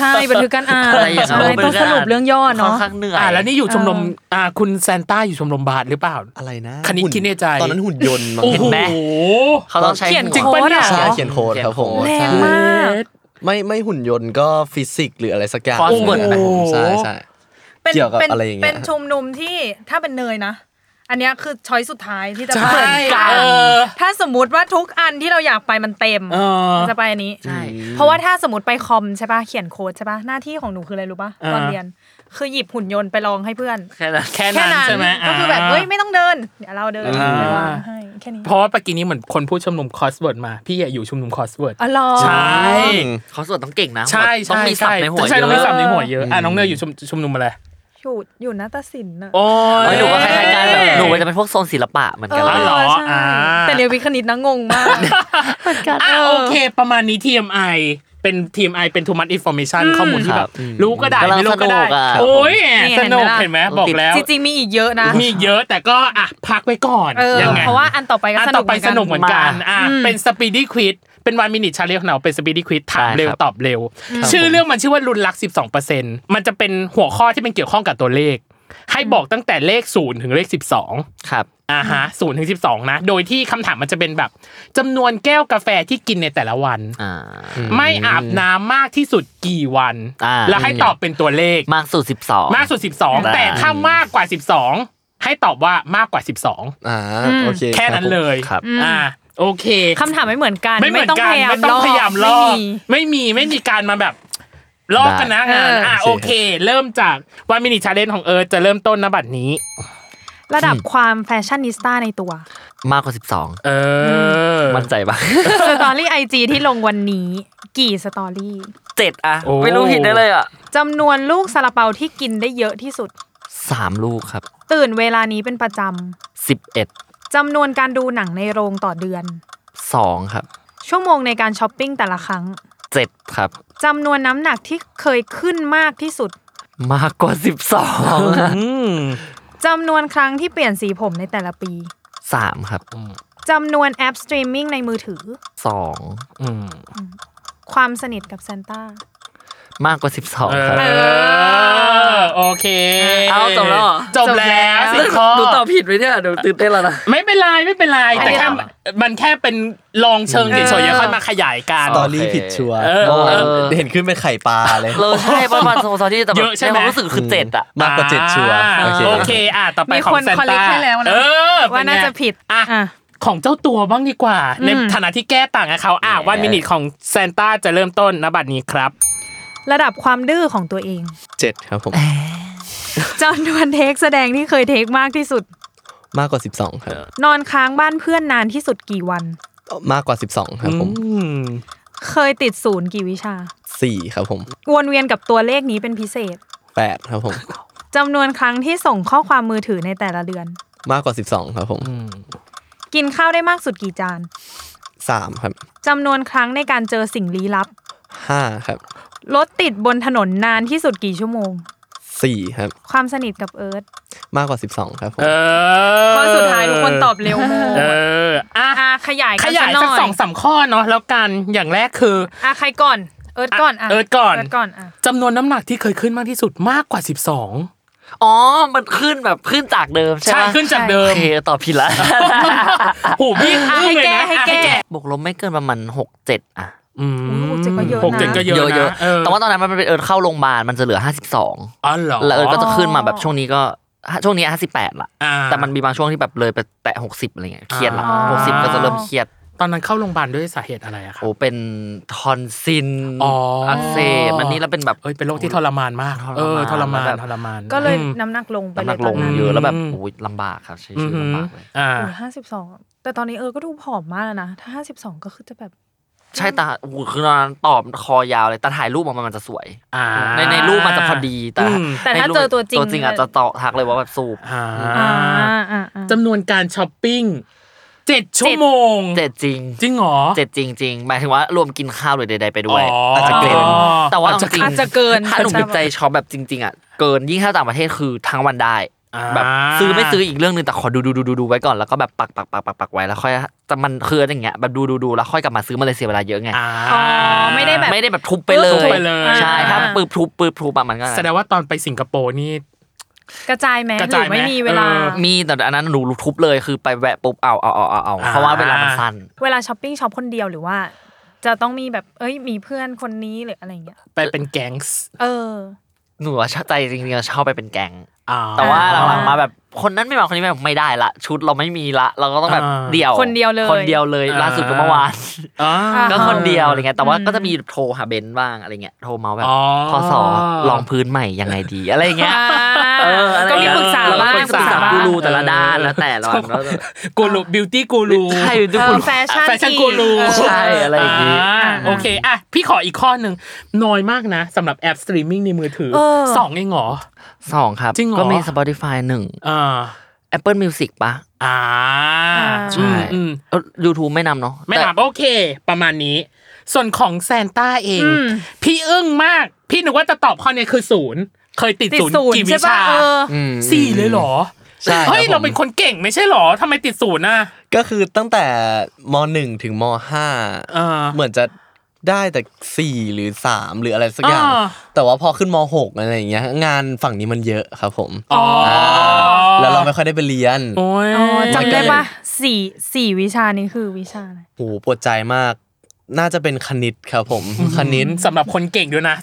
ใช่บันทึกการอ่าน
อะไรอย่างเงี้ย
ใช่ต้องสรุปเรื่องย่อ
ค่
เนาะ
อนข้างเหนื่อย
อ่าแล้วนี่อยู่ชมรมอ่าคุณแซนต้าอยู่ชมรมบาสหรือเปล่า
อะไรนะ
คณิต
หุ่
คิดในใจ
ตอนนั้นหุ่นยนต์มั้ง
โอ้โห
เขาต้องใช้
เขียน
หัว
จริงปะเนี่ย
ใช่เขียนโค้ดครับผม
แรง
ใช่
มาก
ไม่ไม่หุ่นยนต์ก็ฟิสิกส์หรืออะไรสักอย่าง
Crossword
นะผม
โอ้โห
ใช่ใช่
เป็น
เกี่ยวกับ
เป็น
อะไรอย่างเงี้ย
เป็นชุมนุมที่ถ้าเป็นเนยนะ อันเนี้ยคือช้อยสุดท้ายที่จะ
ใช่
ไป
เออ
ถ้าสมมติว่าทุกอันที่เราอยากไปมันเต็ม
เออ
จะไปอันนี้
ใช่
เพราะว่าถ้าสมมติไปคอมใช่ป่ะเขียนโค้ดใช่ป่ะหน้าที่ของหนูคืออะไรรู้ป่ะ
อ่า
ตอนเรียน คือหยิบหุ่นยนต์ไปลองให้เพื่อน
แค่นั้น
แค่นั้นใช่ไหม
ก็คือแบบ
า
เอ้ยไม่ต้องเดินเดี๋ยวเราเดิน
อ่า
ไปวางให้แค่นี้
เพราะว่าปกี้นี้เหมือนคนพูดชมรมคอสเวิร์ดมา พี่อะอยู่ชมรมคอสเวิร์ด
อ๋อเหรอ
ใช่
เขาสวดต้องเก่งนะ
ใช่
ต้อง
ใช่
มีศัพท์ในหัว
ใช่
เย
ต้องมีศัพ
อะ
ท์ในหัวเยอะอ่ะน้องเนยอยู่ชมชมรมอะไร
อยู่อยู่นาฏศิลป์อะ
โอ้
เอ้ยหนูก็คล้ายๆกันแบบหนูจะเป็นพวกโซนศิลปะเหมือนกัน
อ๋อเหรอ
ใช่
อ่า
แต่เรียนวิทย์คณิตนะงงมาก
อ่ะโอเค ประมาณนี้ TMI เป็น TMI เป็น too much information ข้อมูลที่แบบ รู้ก็ได้ไม่รู้ก็ได้ โอ้ยสนุกเห็นไหมบอกแล้ว
จริงๆมีอีกเยอะนะ
มีเยอะแต่ก็อ่ะพักไว้ก่อน
เออ
ยังไง
เพราะว่าอันต่อไปก็
อัน
ส
ต่
นุ
อก ไปสนุกเหมือนกัน
มา
อ่ะเป็นสปีด d ้ควิดเป็นวันมินิชาเลนของเราเป็นสปีด d ้ควิดถามเร็วตอบเร็ว ชื่อเรื่องมันชื่อว่ารุนรัก 12%มันจะเป็นหัวข้อที่เป็นเกี่ยวข้องกับตัวเลข ให้บอกตั้งแต่เลข0ถึงเลข 12
ครับ
อ่าฮะศูนย์ถึงสิบสองนะ โดยที่คำถามมันจะเป็นแบบจำนวนแก้วกาแฟที่กินในแต่ละวัน
อ่า
ไม่อาบน้ำมากที่สุดกี่วัน
อ่า
แล้วให้ตอบเป็นตัวเลข
มากสุดสิบสอง
มากสุด 12 แต่ถ้ามากกว่า 12 ให้ตอบว่ามากกว่า
อ่าโอเค
12 แค่นั้นเลย
ครับ
อ่าโอเค
คำถามไม่เหมือนกัน
ไม่เหมือนกันไม่ต้องพยายามลอกไม่มีไม่มีการมาแบบลอกกันนะ
ได้
งาน
เอออ่
อ่าโอเค เริ่มจากวันมินิชาเลนของเอิร์ธจะเริ่มต้นนบัตรนี้
ระดับความแฟชั่นนิสต้าในตัว
มากกว่าสิบสอง
เออ
มั่นใจปะ
สตอรี่ไอจีที่ลงวันนี้ กี่สตอรี่
เจ็ดอะ
โอ้
ไม่รู้ผิดได้เลยอะ
จำนวนลูกซาลาเปาที่กินได้เยอะที่สุด
สามลูกครับ
ตื่นเวลานี้เป็นประจ
สิบเอ็ด
ำจำนวนการดูหนังในโรงต่อเดือน
สองครับ
ชั่วโมงในการช้อปปิ้งแต่ละครั้ง
เจ็ดครับ
จำนวนน้ำหนักที่เคยขึ้นมากที่สุด
มากกว่าสิบสอง
อืม
จำนวนครั้งที่เปลี่ยนสีผมในแต่ละปี
สามครับ
จำนวนแอปสตรีมมิ่งในมือถือ
สอง
อืม
ความสนิทกับซานต้า
มากกว่าสิบสอง
เอ
ครั
อ
บ
โอเค
เอาจบแล้วเหรอ
จบแล้วสิบข้อ
ดูตอบผิดไหมเนี่ยดูตื่นเต้นแล้วนะ
ไม่เป็นไรไม่เป็นไรแต่แค่
อันนี้เหรอ
มันแค่เป็นลองเชิงเฉยๆแล้วค่อยมาขยายการ
สตอรี่ผิดชัวร์
เออ
เพราะว่า
เออ
เห็นขึ้นเป็นไข่ปลาเลย
เราใช่ประมาณสองสองที่แต่แบบ
เยอะใช่ไหม
นความรู้สึกคือเจ็ดอะ
มากกว่าเจ็ดชัวร์
อ่า
โอเค
โอเคอ่ะต่อไป
มี
ของ
คน
เซน
collect
ต้า
ให้แล้วนะ
เออเป็
ว่าน่า
ไง
จะผิด
อ่ะ
อ่ะ
ของเจ้าตัวบ้างดีกว่า ในฐานะที่แก้ต่างกับเขาอ่ะวันมินิของเซนต้าจะเริ่มต้นนบัตรนี้ครับ
ระดับความดื้อของตัวเอง
เจ็ดครับผม
จำนวนเทคแสดงที่เคยเทคมากที่สุด
มากกว่าสิบสองครับ
นอนค้างบ้านเพื่อนนานที่สุดกี่วัน
มากกว่าสิบสองครับผม
อืม
เคยติดศูนย์กี่วิชา
สี่ครับผม
วนเวียนกับตัวเลขนี้เป็นพิเศษ
แปดครับผม
จำนวนครั้งที่ส่งข้อความมือถือในแต่ละเดือน
มากกว่าสิบสองครับผม
กินข้าวได้มากสุดกี่จาน
สามครับ
จำนวนครั้งในการเจอสิ่งลี้ลับ
ห้าครับ
รถติดบนถนนนานที่สุดกี่ชั่วโมง
สี่ครับ
ความสนิทกับเอิร์ธ
มากกว่าสิบสองครับผม
เออ
ข้อสุดท้ายทุกคนตอบเร็วม
เอออ่ะ
อ่ะขยาย
ข
กัน
ยาย
หน่
สัก
อย
สองสามข้อเนาะแล้วกันอย่างแรกคือ
อ่ะใครก่อนเอิร์ธก่อนอ่ะ
เอิร์ธก่อน
เอิร์ธก่อนอ่ะ
จำนวนน้ำหนักที่เคยขึ้นมากที่สุดมากกว่า 12
อ๋อ มันขึ้นแบบขึ้นจากเดิมใช่
ใช่
ไหม
ขึ้นจากเดิ
โอ
ม
เคตอบผิดละ
โหูพี่อึ้งเล
ให้
ยนะ
แก้ให้แก้
อ่ะ
บวกลบไม่เกินประมาณหกเจ็ดอะ
อืม
โอ้โหเจ็ดก็เยอะนะ
หกเจ็ดก็เยอะ
เย
นะ
อะ
เออ
ๆแต่ว่าตอนนั้นมันเป็นเอิร์ธเข้าโรงพยาบาลมันจะเหลือห้าสิบสอง
อ๋อเหรอ
แล้วเอิร์ธก็จะขึ้นมาแบบช่วงนี้ก็ช่วงนี้ห้าสิบแปดละ
อ่า
แต่มันมีบางช่วงที่แบบเลยไปแตะหกสิบอะไรเงี้ยเครียดละ
อ๋
ห
อ
กสิบก็จะเริ่มเครียด
ตอนนั้นเข้าโรงพยาบาลด้วยสาเหตุอะไรอะครับ
โอ้เป็นทอนซิน
อ๋ออั
กเสบอันนี้แล้วเป็นแบบ
เอ้ยเป็นโรคที่ทรมานมาก
ทรมาน
เออทรมาน
แล้วแบบ
ทรมาน
ก็เลย
อืม
น้ำหนักลงไป
น้ำห
เลยต
นักล
อน
ง
นั้น
เยอะแล้วแบบ
อืม
โอ้ยลำบากครับใช้
อื
ชี
อ
วิต
หือบ
ลำากเลย
อ่า
ห้าสิบสองแต่ตอนนี้เออก็ดูผอมมากแล้วนะ ถ้าห้าสิบสองก็คือจะแบบ
ใช่ตาโอ้โหคือตอนนั้นตอบคอยาวเลยแต่ถ่ายรูปออกมามันจะสวย
อ่า
ในในรูปมันจะพอดีแต่
อืม
แต่ถ้า
ในรูป
เจอตัวจริง
ตัวจริงอาจจะตอทักเลยว่าแบบสูบ
อ่า
อ่าอ่า
จำนวนการช้อปปิ้งเจ็ดชั่วโมง
เจ็ดจริง
จริงเหรอ
เจ็ดจริงจริงหมายถึงว่ารวมกินข้าวหรือใดๆไปด้วย
อ๋ออา
จจะเกิน
แต่ว่าเอจริง
อาจจะเกิน
ถ้าหนุ่มติดใจช็อปแบบจริง ๆอ่ะเกินยิ่งถ้าต่างประเทศคือทั้งวันได้
อ่า
แบบซื้อไม่ซื้ออีกเรื่องหนึ่งแต่ขอดูดูดูดูดูไว้ก่อนแล้วก็แบบปักปักปักปักปักไว้แล้วค่อยแต่มันคืออย่างเงี้ยแบบดูดูดูแล้วค่อยกลับมาซื้อมาเลยเสียเวลาเยอะไง
อ่า
อ๋อไม่ได้แบบ
ไม่ได้แบบทุบไปเล
ทุบ
ย
ไปเลย
ใช่ถ้า
อ่า
ปืบทุบปืบทุบอะมันก็
แสดงว่าตอนไปสิงคโปร์นี่
กระจายไหม
กระ
หรื
จาย
อ
ไหม
ไม่มีเวลา
เออ
มีแต่อันนั้นหนูทุบเลยคือไปแวะปุ๊บเอาเอาเอาเอาเอาเพราะว่าเวลามันสั้น
เวลาช้อปปิ้งช็อปคนเดียวหรือว่า จะต้องมีแบบเอ้ยมีเพื่อนคนนี้หรืออะไรอย่างเงี้ย
ไปเป็นแก๊งส์
เออ
หนูว่าชอบใจจริงๆชอบไปเป็นแกง
อ่า
แต่ว่าหลังๆมาแบบคนนั้นไม่มาคนนี้ไม่มาไม่ได้ละ ชุดเราไม่มีละ เราก็ต้องแบบ
อ่า
เดี่ยว
คนเดียวเลย
คนเดียวเลยล่าสุดก็เมื่อวาน
อ่า
อ่า
ก็คนเดียวอะไรเงี้ยแต่ว่า
อืม
ก็จะมีโทรหาเบนซ์บ้างอะไรเงี้ยโทรเมาส์แบบ
อ๋อ
พอสอลองพื้นใหม่ยังไงดีอะไรเงี้ย
อ่า
เอออะไร
ก็มี
เงี้ย
ปรึกษาบ้าง
เออปรึก
ปรึก
ษา
ษาบ้าง
กูรูแต่ละด้านแล้วแต่ละวันแล้ว
กูรูบิวตี้กูรู
ใช่ทุกคน
แฟชั่น
แฟชั่นกูรู
เออ
ใช่อะไรอย่างงี้
าโอเคอ่ะพี่ขออีกข้อหนึ่งน้อยมากนะสำหรับแอปสตรีมมิ่งในมือถือ
เออ
สองเองเหรอ
สองครับ
จริงเหรอ
ก็มี Spotify หนึ่ง
อ่า
Apple Music ปะ
อ่า
ใช่
อืม
ยูทูบไม่นำเนาะ
ๆไม่หนับ
แต่
โอเค ประมาณนี้ ส่วนของแซนต้าเอง พี่อึ้งมาก พี่นึกว่าจะตอบข้อนี้คือศูนย์เคยติด
ติด
ศูนย์
ศูน
กี่
ย์
วิ
ใช่ป่ะ
ชา
เออ
อืม
สี่เลยเหรอ
ใช่ครับ
เฮ้ย
ผม
เราเป็นคนเก่งไม่ใช่เหรอทำไมติดศูนย์น่ะ
ก็คือตั้งแต่มหนึ่งถึงมห้า
เออ
เหมือนจะ ได้แต่สี่หรือสามหรืออะไรสักอย่าง
อ่า
แต่ว่าพอขึ้นมหกอะไรอย่างเงี้ย งานฝั่งนี้มันเยอะครับผม
อ๋ออ่
าแล้วเราไม่ค่อยได้ไปเรียน
โอ้ย
อ๋อจำได้
มันก็เลย
ปะสี่สี่วิชานี้คือวิชาอะไร
โหปวดใจมาก น่าจะเป็นคณิตครับผมคณิต
สำหรับคนเก่งด้วยนะ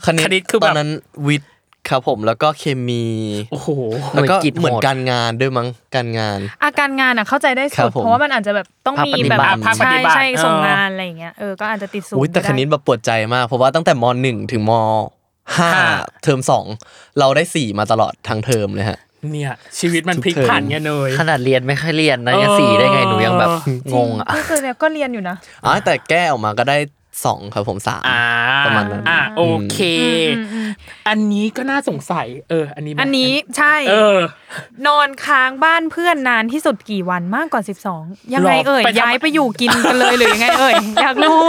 คือ
ต
แบ
อน
บ
นั้นวิทย์ครับผมแล้วก็เคมี
โอ้โห
แล้วก็
หน่วยกิจ
เหมือน
หมด
การงานด้วยมั้งการงาน
อาการงานอ่ะเข้าใจได้
ครั
สุด
บผม
เพราะว่ามันอาจจะแบบต้องมีแบบ
ภาคปฏิบั
ใช่
ภาคปฏิบั
ติ
ติ
ใช่
เออ
ส่งงานอะไรอย่างเงี้ยเออก็อาจจะติดสูง
อุ้ยแต่
ก็
ค
ได้
ณิตแบบปวดใจมาก เพราะว่าตั้งแต่มหนึ่งถึงมห้า
ห้า
เทอมสองเราได้สี่มาตลอดทั้งเทอมเลยฮะ
เนี่ย ชีวิตมันพลิกผันเนี่ยเนย
ขนาดเรียนไม่ค่อยเรียนนะยัง
เออ
สีได้ไงหนูยังแบบงงอ่ะ
ก็คือเนี่ยก็เรียนอยู่นะ
อ๋อแต่แก้ออกมาก็ได้สองครับผมสาม
อ่า
ประมาณนั้น
อ่าโอเค
อืมอืมอืม
อันนี้ก็น่าสงสัย เออ อันนี้ไหม
อันนี้ใช่
เออ
นอนค้างบ้านเพื่อนนานที่สุดกี่วันมากกว่า 12 ยังไงเอ่ย
หรอไปยัง
ย้ายไปอยู่กินกันเลยหรือยังไงเอ่ยอยากรู้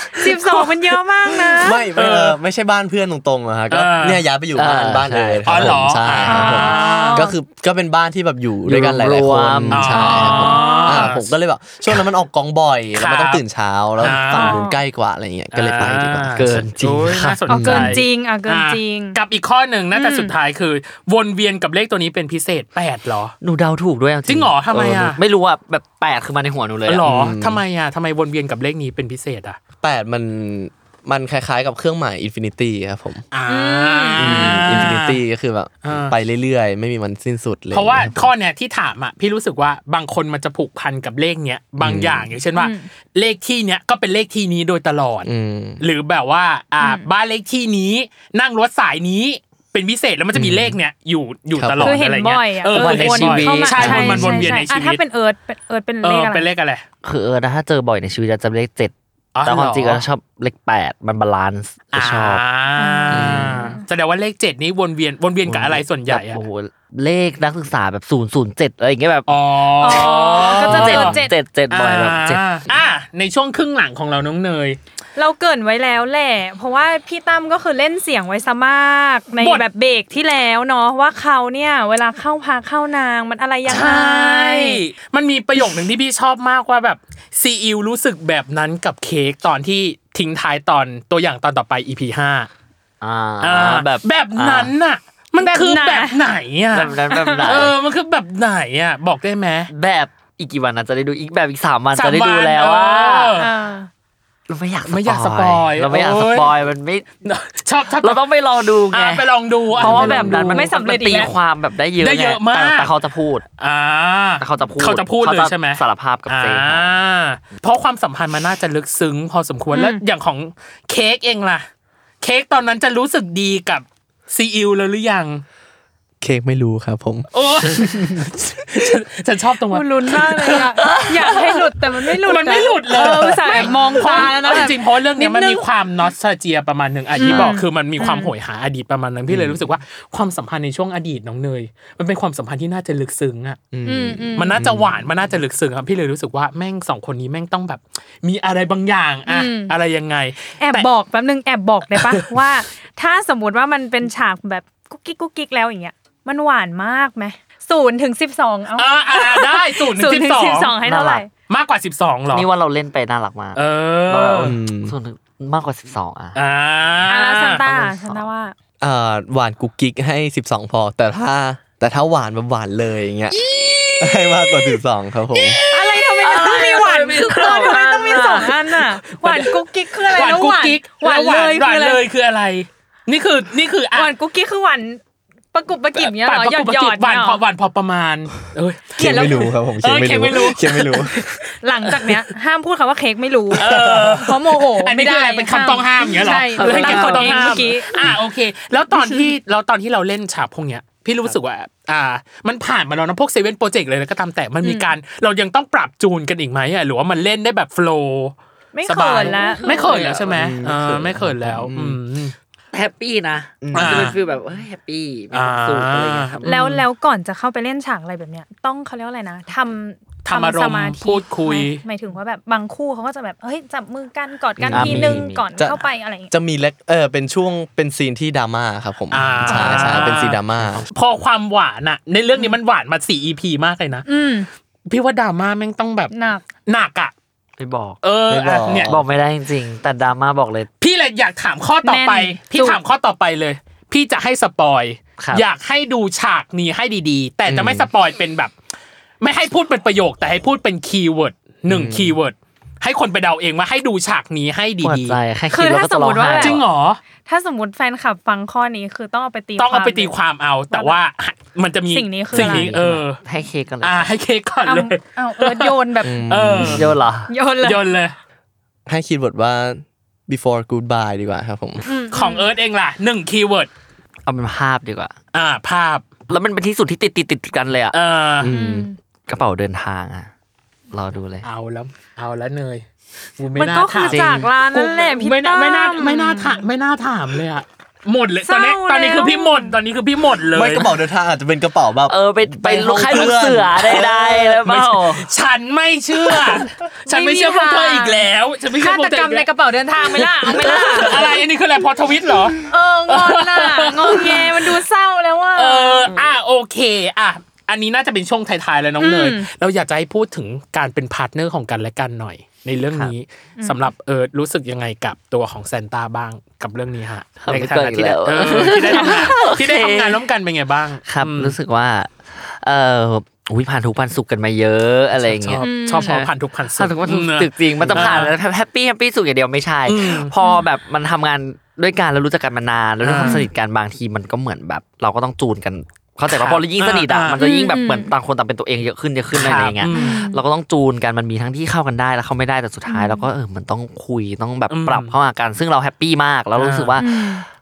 12 มันเยอะมากนะ
ไม่ไม่เออไม่ใช่บ้านเพื่อนตรงๆนะฮะก็
เออ
เนี่ยย้ายไปอยู่บ้าน
เออ
บ้าน
ใช่
เลย
อ๋อเหรอ
ใช่
อ่า
ครับผมก็คือก็เป็นบ้านที่แบบอยู่ด้วยกันหลาย
ร
ๆคน
วม
ใช่ครับผ
อ๋
ม
ออ่
าผมก็เลยแบบช่วงนั้นมันออกกองบ่อย
ครับ
แล้วมันต้องตื่นเช้าแล้ว
อ่า
ฝั่งนู้นใกล้กว่าอะไรอย่างเงี้ยก็เลยไปดีกว่า
อ่
เกินจริง
โอ้ย
ค่ะ
น่าสน
เอา
ใจ
เกินจริงอ่ะเกินจริง
อ่ะกับอีกข้อหนึ่งน่าจะสุดท้ายคือ วนเวียนกับเลขตัวนี้เป็นพิเศษแปดเหรอ
หนูเดาถูกด้วยะ
จริงเหรอทำไมอ่ะ
เไม่รู้อ่ะแบบแปดคือมาในหัวหนูเลยอะ
หรอทำไมอ่ะทำไมวนเวียนกับเลขนี้เป็นพิเศษอ่ะ
แปดมันมันคล้ายๆกับเครื่องหมายอินฟินิตี้ครับผม
อ่า
อินฟินิตี้ก็คือแบบ
อ่า
ไปเรื่อยๆ ไม่มีมันสิ้นสุดเลย
เพราะว่าข้อเนี้ยที่ถามอ่ะพี่รู้สึกว่าบางคนมันจะผูกพันกับเลขเนี้ยบางอย่างอย่างเช่นว่า เลขที่เนี้ยก็เป็นเลขที่นี้โดยตลอด
อืม
หรือแบบว่าอ่าบ้านเลขที่นี้นั่งรถสายนี้เป็นพิเศษแล้วมันจะมีเลขเนี้ยอยู่อยู่
ครับ
ตลอด
คือเห็น
อะไร
บ่
เงี้
อย
ย
อ่ะ
เออ
ว
มัน นเป็น
วน
ชีวิต
เข้ามา
ใช่มันมันวนเวียนใน
อ่ะ
ชีวิ
ถ้า
ต
เป็นเอิร์ธเป็นเอิร์ธเป็น
เอ
เล
อ
ขอะไร
เป็นเลขอะไร
คือเออนะถ้าเจอบ่อยในชีวิตอาจจะเลขเจ็ด
อ๋อ
แต่ความจริง
เห
ก็ชอบเลขแปดมันบาลานซ์ก็ชอบ
าแสดงว่าเลขเจ็ดนี้วนเวียนวนเวียนกับอะไรส่วนใหญ่
แบบ
อ่ะ
โอ้โหเลขนักศึกษาแบบศูนย์ศูนย์เจ็ดอะไรอย่างเงี้ยแบบ
อ๋อ
อ๋อก็จะเกิดเจ็ด
เจ็ดเจ็ดบ่อยแบบเจ็ด
าอ่ะในช่วงครึ่งหลังของเราน้องเนย
เราเกรินไว้แล้วแหละ เพราะว่าพี่ตั้มก็คือเล่นเสียงไว้ซะมาก ใน
หมด
แบบเบรกที่แล้วเนาะว่าเขาเนี่ยเวลาเข้าพาเข้านางมันอะไรยัง
ใช
ไง
่ มันมีประโยคหนึ่งที่พี่ชอบมากว่าแบบซีอิวรู้สึกแบบนั้นกับเค้กตอนที่ทิ้งท้ายตอนตัวอย่างตอนต่อไป EP ห้า
อ่า
อ่า
แบบ
แบบนั้นน่ะ มัน
แบบ
คือ
ไหน
แบบไหนอ่ะ
อ่าแบบนั้นแบบไหน
เออมันคือแบบไหนอ่ะ บอกได้ไหม
แบบอีกกี่วันนะจะได้ดูอีกแบบอีกสามวัน
สา
จะ
ม
ได้ดูแล้วว่า
เออ
อ่า
เราไม่อยาก
ไม่อยากสปอย
เราไม่อยาก
โอ้
ส
ย
ปอยมันไม่
ชอบชอบ
เราต้องไปรอดูไง
อ่ะไปลองดูอ่
เพราะว่าแบบนั้นมัน
ไม่สำเร็จ
นตี
อีกแล้ว
ความแบบได้เยอะ
ได้เยอะ
ง
มาก
แต่แต่เขาจะพูด
อ่า
แต่เขาจะพูด
เขาจะพูดเลย
ขา
ใช่ไหม
สารภาพกับเจน
อ่าเพราะความสัมพันธ์มันน่าจะลึกซึ้งพอสมควรแล้วอย่างของเค้กเองล่ะ เค้กตอนนั้นจะรู้สึกดีกับซีอิวแล้วหรือยัง
เค้กไม่รู้ครับผม
โอ้ ฉันฉันชอบตรงว่า
คุณลุ้นมากเลยอะอยากให้หลุดแต่มันไม่หลุด
มันไม่หลุดเลย
อออุตส่าห์มองตาแล้วนะ
เอ
แบบ
จริงๆเพราะเรื่องเนี้ย
นิดนึง
มันมีความนอสเจียประมาณหนึ่งอ่ะที่บอกคือมันมีความโหยหาอดีตประมาณนั้นพี่เลยรู้สึกว่าความสัมพันธ์ในช่วงอดีตน้องเนย มันเป็นความสัมพันธ์ที่น่าจะลึกซึ้งอ่ะ
อืมอืม
มันน่าจะหวานมันน่าจะลึกซึ้งครับพี่เลยรู้สึกว่าแม่งสองคนนี้แม่งต้องแบบ มีอะไรบางอย่างอะ
อืม
อะไรยังไง
แอบบอกแป๊บนึงแอบบอกได้ป ะ ว่าถ้าสมมติว่ามันเป็นฉากแบบกุ๊กกิ๊กกุ๊กกิ๊กแล้วอย่างเงี้ยมันหวานมากไหมศูนย์ถึงสิบสองเอา
อ่าอ่าได้ศูนย์ถึ
ศูน
ง
ย์
สิ
ถึง
บสอ
สิบสอง
ง
ให้เท่าไหร่
น่ารั
มากกว่าสิบสองหรอ
นี่ว่าเราเล่นไปน่ารักมาก
เอ
เราแบบ
อ
เออส่วนหนึ่งมากกว่าสิบสองอ่ะ
อ่า
อ่าแล้วซันต้า
อ่า
ซันต้าว่า
อ่าหวานกุ๊กกิ๊กให้ 12 พอ แต่ถ้าแต่ถ้าหวานแบบหวานเลยอย่างเงี้ยให้มากกว่า12ครับผม
อะไรทำไมมันต้องมีหวานคือเออทำไมต้องมีสองอันอ่ะหวานกุ๊กกิ๊กคืออะไร
หวาน
แล้ว
กุ๊
ห
ก
วาน
กิ๊ก
หวานเลยคือน อะ
แหวา
ไร
เลยคืออะไร นี่คือนี่คืออ่ะ
หวานกุ๊กกิ๊กคือหวานประกุบประกิบเนี้ยเหรอหยอดหยอด
หวาน
เย
พอหวานพอประมาณ เอ้ย
เค้กไม่รู้ครับผมเค้ก
เออเค้กไม่
ไม่
รู้
รู้เค้กไม่รู้
หลังจากเนี้ย ห้ามพูดคำว่าเค้กไม่รู้
อ
เพราะโมโห
อันนี้คืออะไรเป็นคำต้องห้ามอย่างเงี้ยเหรอ
ใช่
เออให้เก็บ
ตั้
คำต้อง
เอง
ห้าม
เมื่อกี้
อ่าโอเค แล้วตอนที่แล้วตอนที่เราเล่นฉากพวกเนี้ยพี่รู้สึกว่า อ่า มันผ่านมาแล้วนะพวกเซเว่นโปรเจกต์เลยแล้วก็ตามแต่มันมีการเรายังต้องปรับจูนกันอีกไหมอ่ะหรือว่ามันเล่นได้แบบโฟลว์
ไม่
สบา
เขิ
ย
นแล้ว
ไม่เขินแล้วใช่ไหมเออไม่เขินแล้ว อืม
แฮปปี้นะ
อ่า
จะเป็นฟีลแบบเอ้ยแฮปปี้มีความสุขอะไรอย่างเงี้ยครับ
อ่า
แล้วแล้วก่อนจะเข้าไปเล่นฉากอะไรแบบเนี้ยต้องเขาเรียกว่าอะไรนะทำ
ทำอารมณ์
สธิ
พูดคุย
หมหมายถึงว่าแบบบางคู่เขาก็จะแบบเฮ้ยจับมือกันกอดกัน
อ่า
ทีนึง
มีมี
ก่อนเข้าไปอะไรอย่างเงี้ย
จะมีเล็กเออเป็นช่วงเป็นซีนที่ดราม่าครับผม
อ่า
ใช่ใช่เป็นซีนดราม่า
พอความหวานอ่ะ ในเรื่องนี้มันหวานมาสี่ EP มากเลยนะ
อืม
พี่ว่าดราม่าแม่งต้องแบบ
หนัก
หนักอ่ะ
ไม่บอก
เออ
ไม่บ
อ่ะ
อก
เนี่ย
บอกไม่ได้จริงๆแต่ดราม่าบอกเลย
พี่เลยอยากถามข้อต่อไป
แน่น
พี่
จุก
ถามข้อต่อไปเลย พี่จะให้สปอย
ครับ
อยากให้ดูฉากนี้ให้ดีๆ แต่จะไม่สปอยเป็นแบบ ไม่ให้พูดเป็นประโยคแต่ให้พูดเป็นคีย์เวิร์ดหนึ่งคีย์เวิร์ดให้คนไปเดาเองว่าให้ดูฉากนี้ให้
ปวด
ดี
ใจแค่
คื
คิด
อ
แล้ว
ถ้า
ก็
ส
จะ
มม
ร้อง
ติว่า
ไห้
ๆจริงเหรอ
ถ้าสมมติแฟนคลับฟังข้อนี้คือต้องเอาไปตี
ต้องเอาไปตี
ลย
ความเอา แต่ว่ามันจะมี
สิ่งนี้คือ
สิ่งนี้เออ
ให้เค้กกันเลย
อ่าให้เค้กก่อน
เอา
เลย
เอาเอิร์ธโยนแบบ
เออ
โยนเหรอ
โยนเลย
โยนเลย
ให้คีย์เวิร์ดว่า before goodbye ดีกว่าครับผม
ม
ของเอิร์ธเองล่ะหนึ่งคีย์เวิร์ด
เอาเป็นภาพดีกว่า
อ่า ภาพ
แล้วมันเป็นที่สุดที่ติดติดติดๆๆกันเลยอะ
เอออก
ระเป๋าเดินทางอะรอดูเลย
เอาแล้ว เอาแล้วเนย
มันก็คือจากร้านนั่นแหละพี่
ไม่น่า
ตั้ม
ไม่น่าไม่น่าถามไม่น่าถามเลยอะหมดเลยตอนนี้
เศร้า
ตอนนี้คือ
แล้ว
พี่หมดตอนนี้คือพี่หมดเลย
ไม่กระเป๋าเดินทางอาจจะเป็นกระเป๋าแบบ
เออไปไป
ไป
ลูก
ห้อง
ค่ายลูก
เพื่อน
เสือได้ๆแล้วเปล่า
ฉันไม่เชื่ อ ฉันไม่เชื่อพวกเธออีกแล้วฉันไม่เชื่
ฆา
อพ
ต
วกเธ
กรร
อ
ม
อีก
ใน
แล้ว
กระเป๋าเดินทางไหม่ล่ะเอาไหม่ล่ะ
อะไรอันนี้คืออะไรพอทวิตเหรอ
เอองอนล่ะงงแงมันดูเศร้าแล้วว่า
เออ อ่ะโอเค อ่ะ อันนี้น่าจะเป็นช่วงท้ายๆแล้วน้องเนย
อืม
เราอยากจะให้พูดถึงการเป็นพาร์ทเนอร์ของกันและกันหน่อย ในเรื่องนี้สำหรับเออรู้สึกยังไงกับตัวของแซนต้าบ้างกับเรื่องนี้ฮะในฐานะที่ได้เออ ที่ได้ทำงานที่ได้ทำงานร่วมกันเป็นไงบ้าง
ครับ
อืม
รู้สึกว่า เอออุ้ยผ่านทุกข์ผ่านสุขกันมาเยอะ อะไรอย่าง
ช
เงี้ย
อบชอบพอผ่านทุกผ่าน
ถ้าถึงว่าตึกจริ งมันจะผ่านแล้วแฮปปี้แฮปปี้สุขอย่างเดียวไม่ใช่ พอแบบมันทำงานด้วยกันแล้วรู้จักกันมานานแล้วด้วยความสนิทกันบางทีมันก็เหมือนแบบ เราก็ต้องจูนกัน เข้าใจป่ะพอเรายิ่งสนิทอ่ะมันจะยิ่งแบบเหมือนต่างคนต่างเป็นตัวเองเยอะขึ้นเยอะขึ้นอะไรอย่างเงี้ย
ครับม
เราก็ต้องจูนกันมันมีทั้งที่เข้ากันได้แล้วเข้าไม่ได้แต่สุดท้ายเราก็เออเหมือนต้องคุยต้องแบบ
อืม
ปรับเข้าหากันซึ่งเราแฮปปี้มากแล้วเรารู้สึกว่า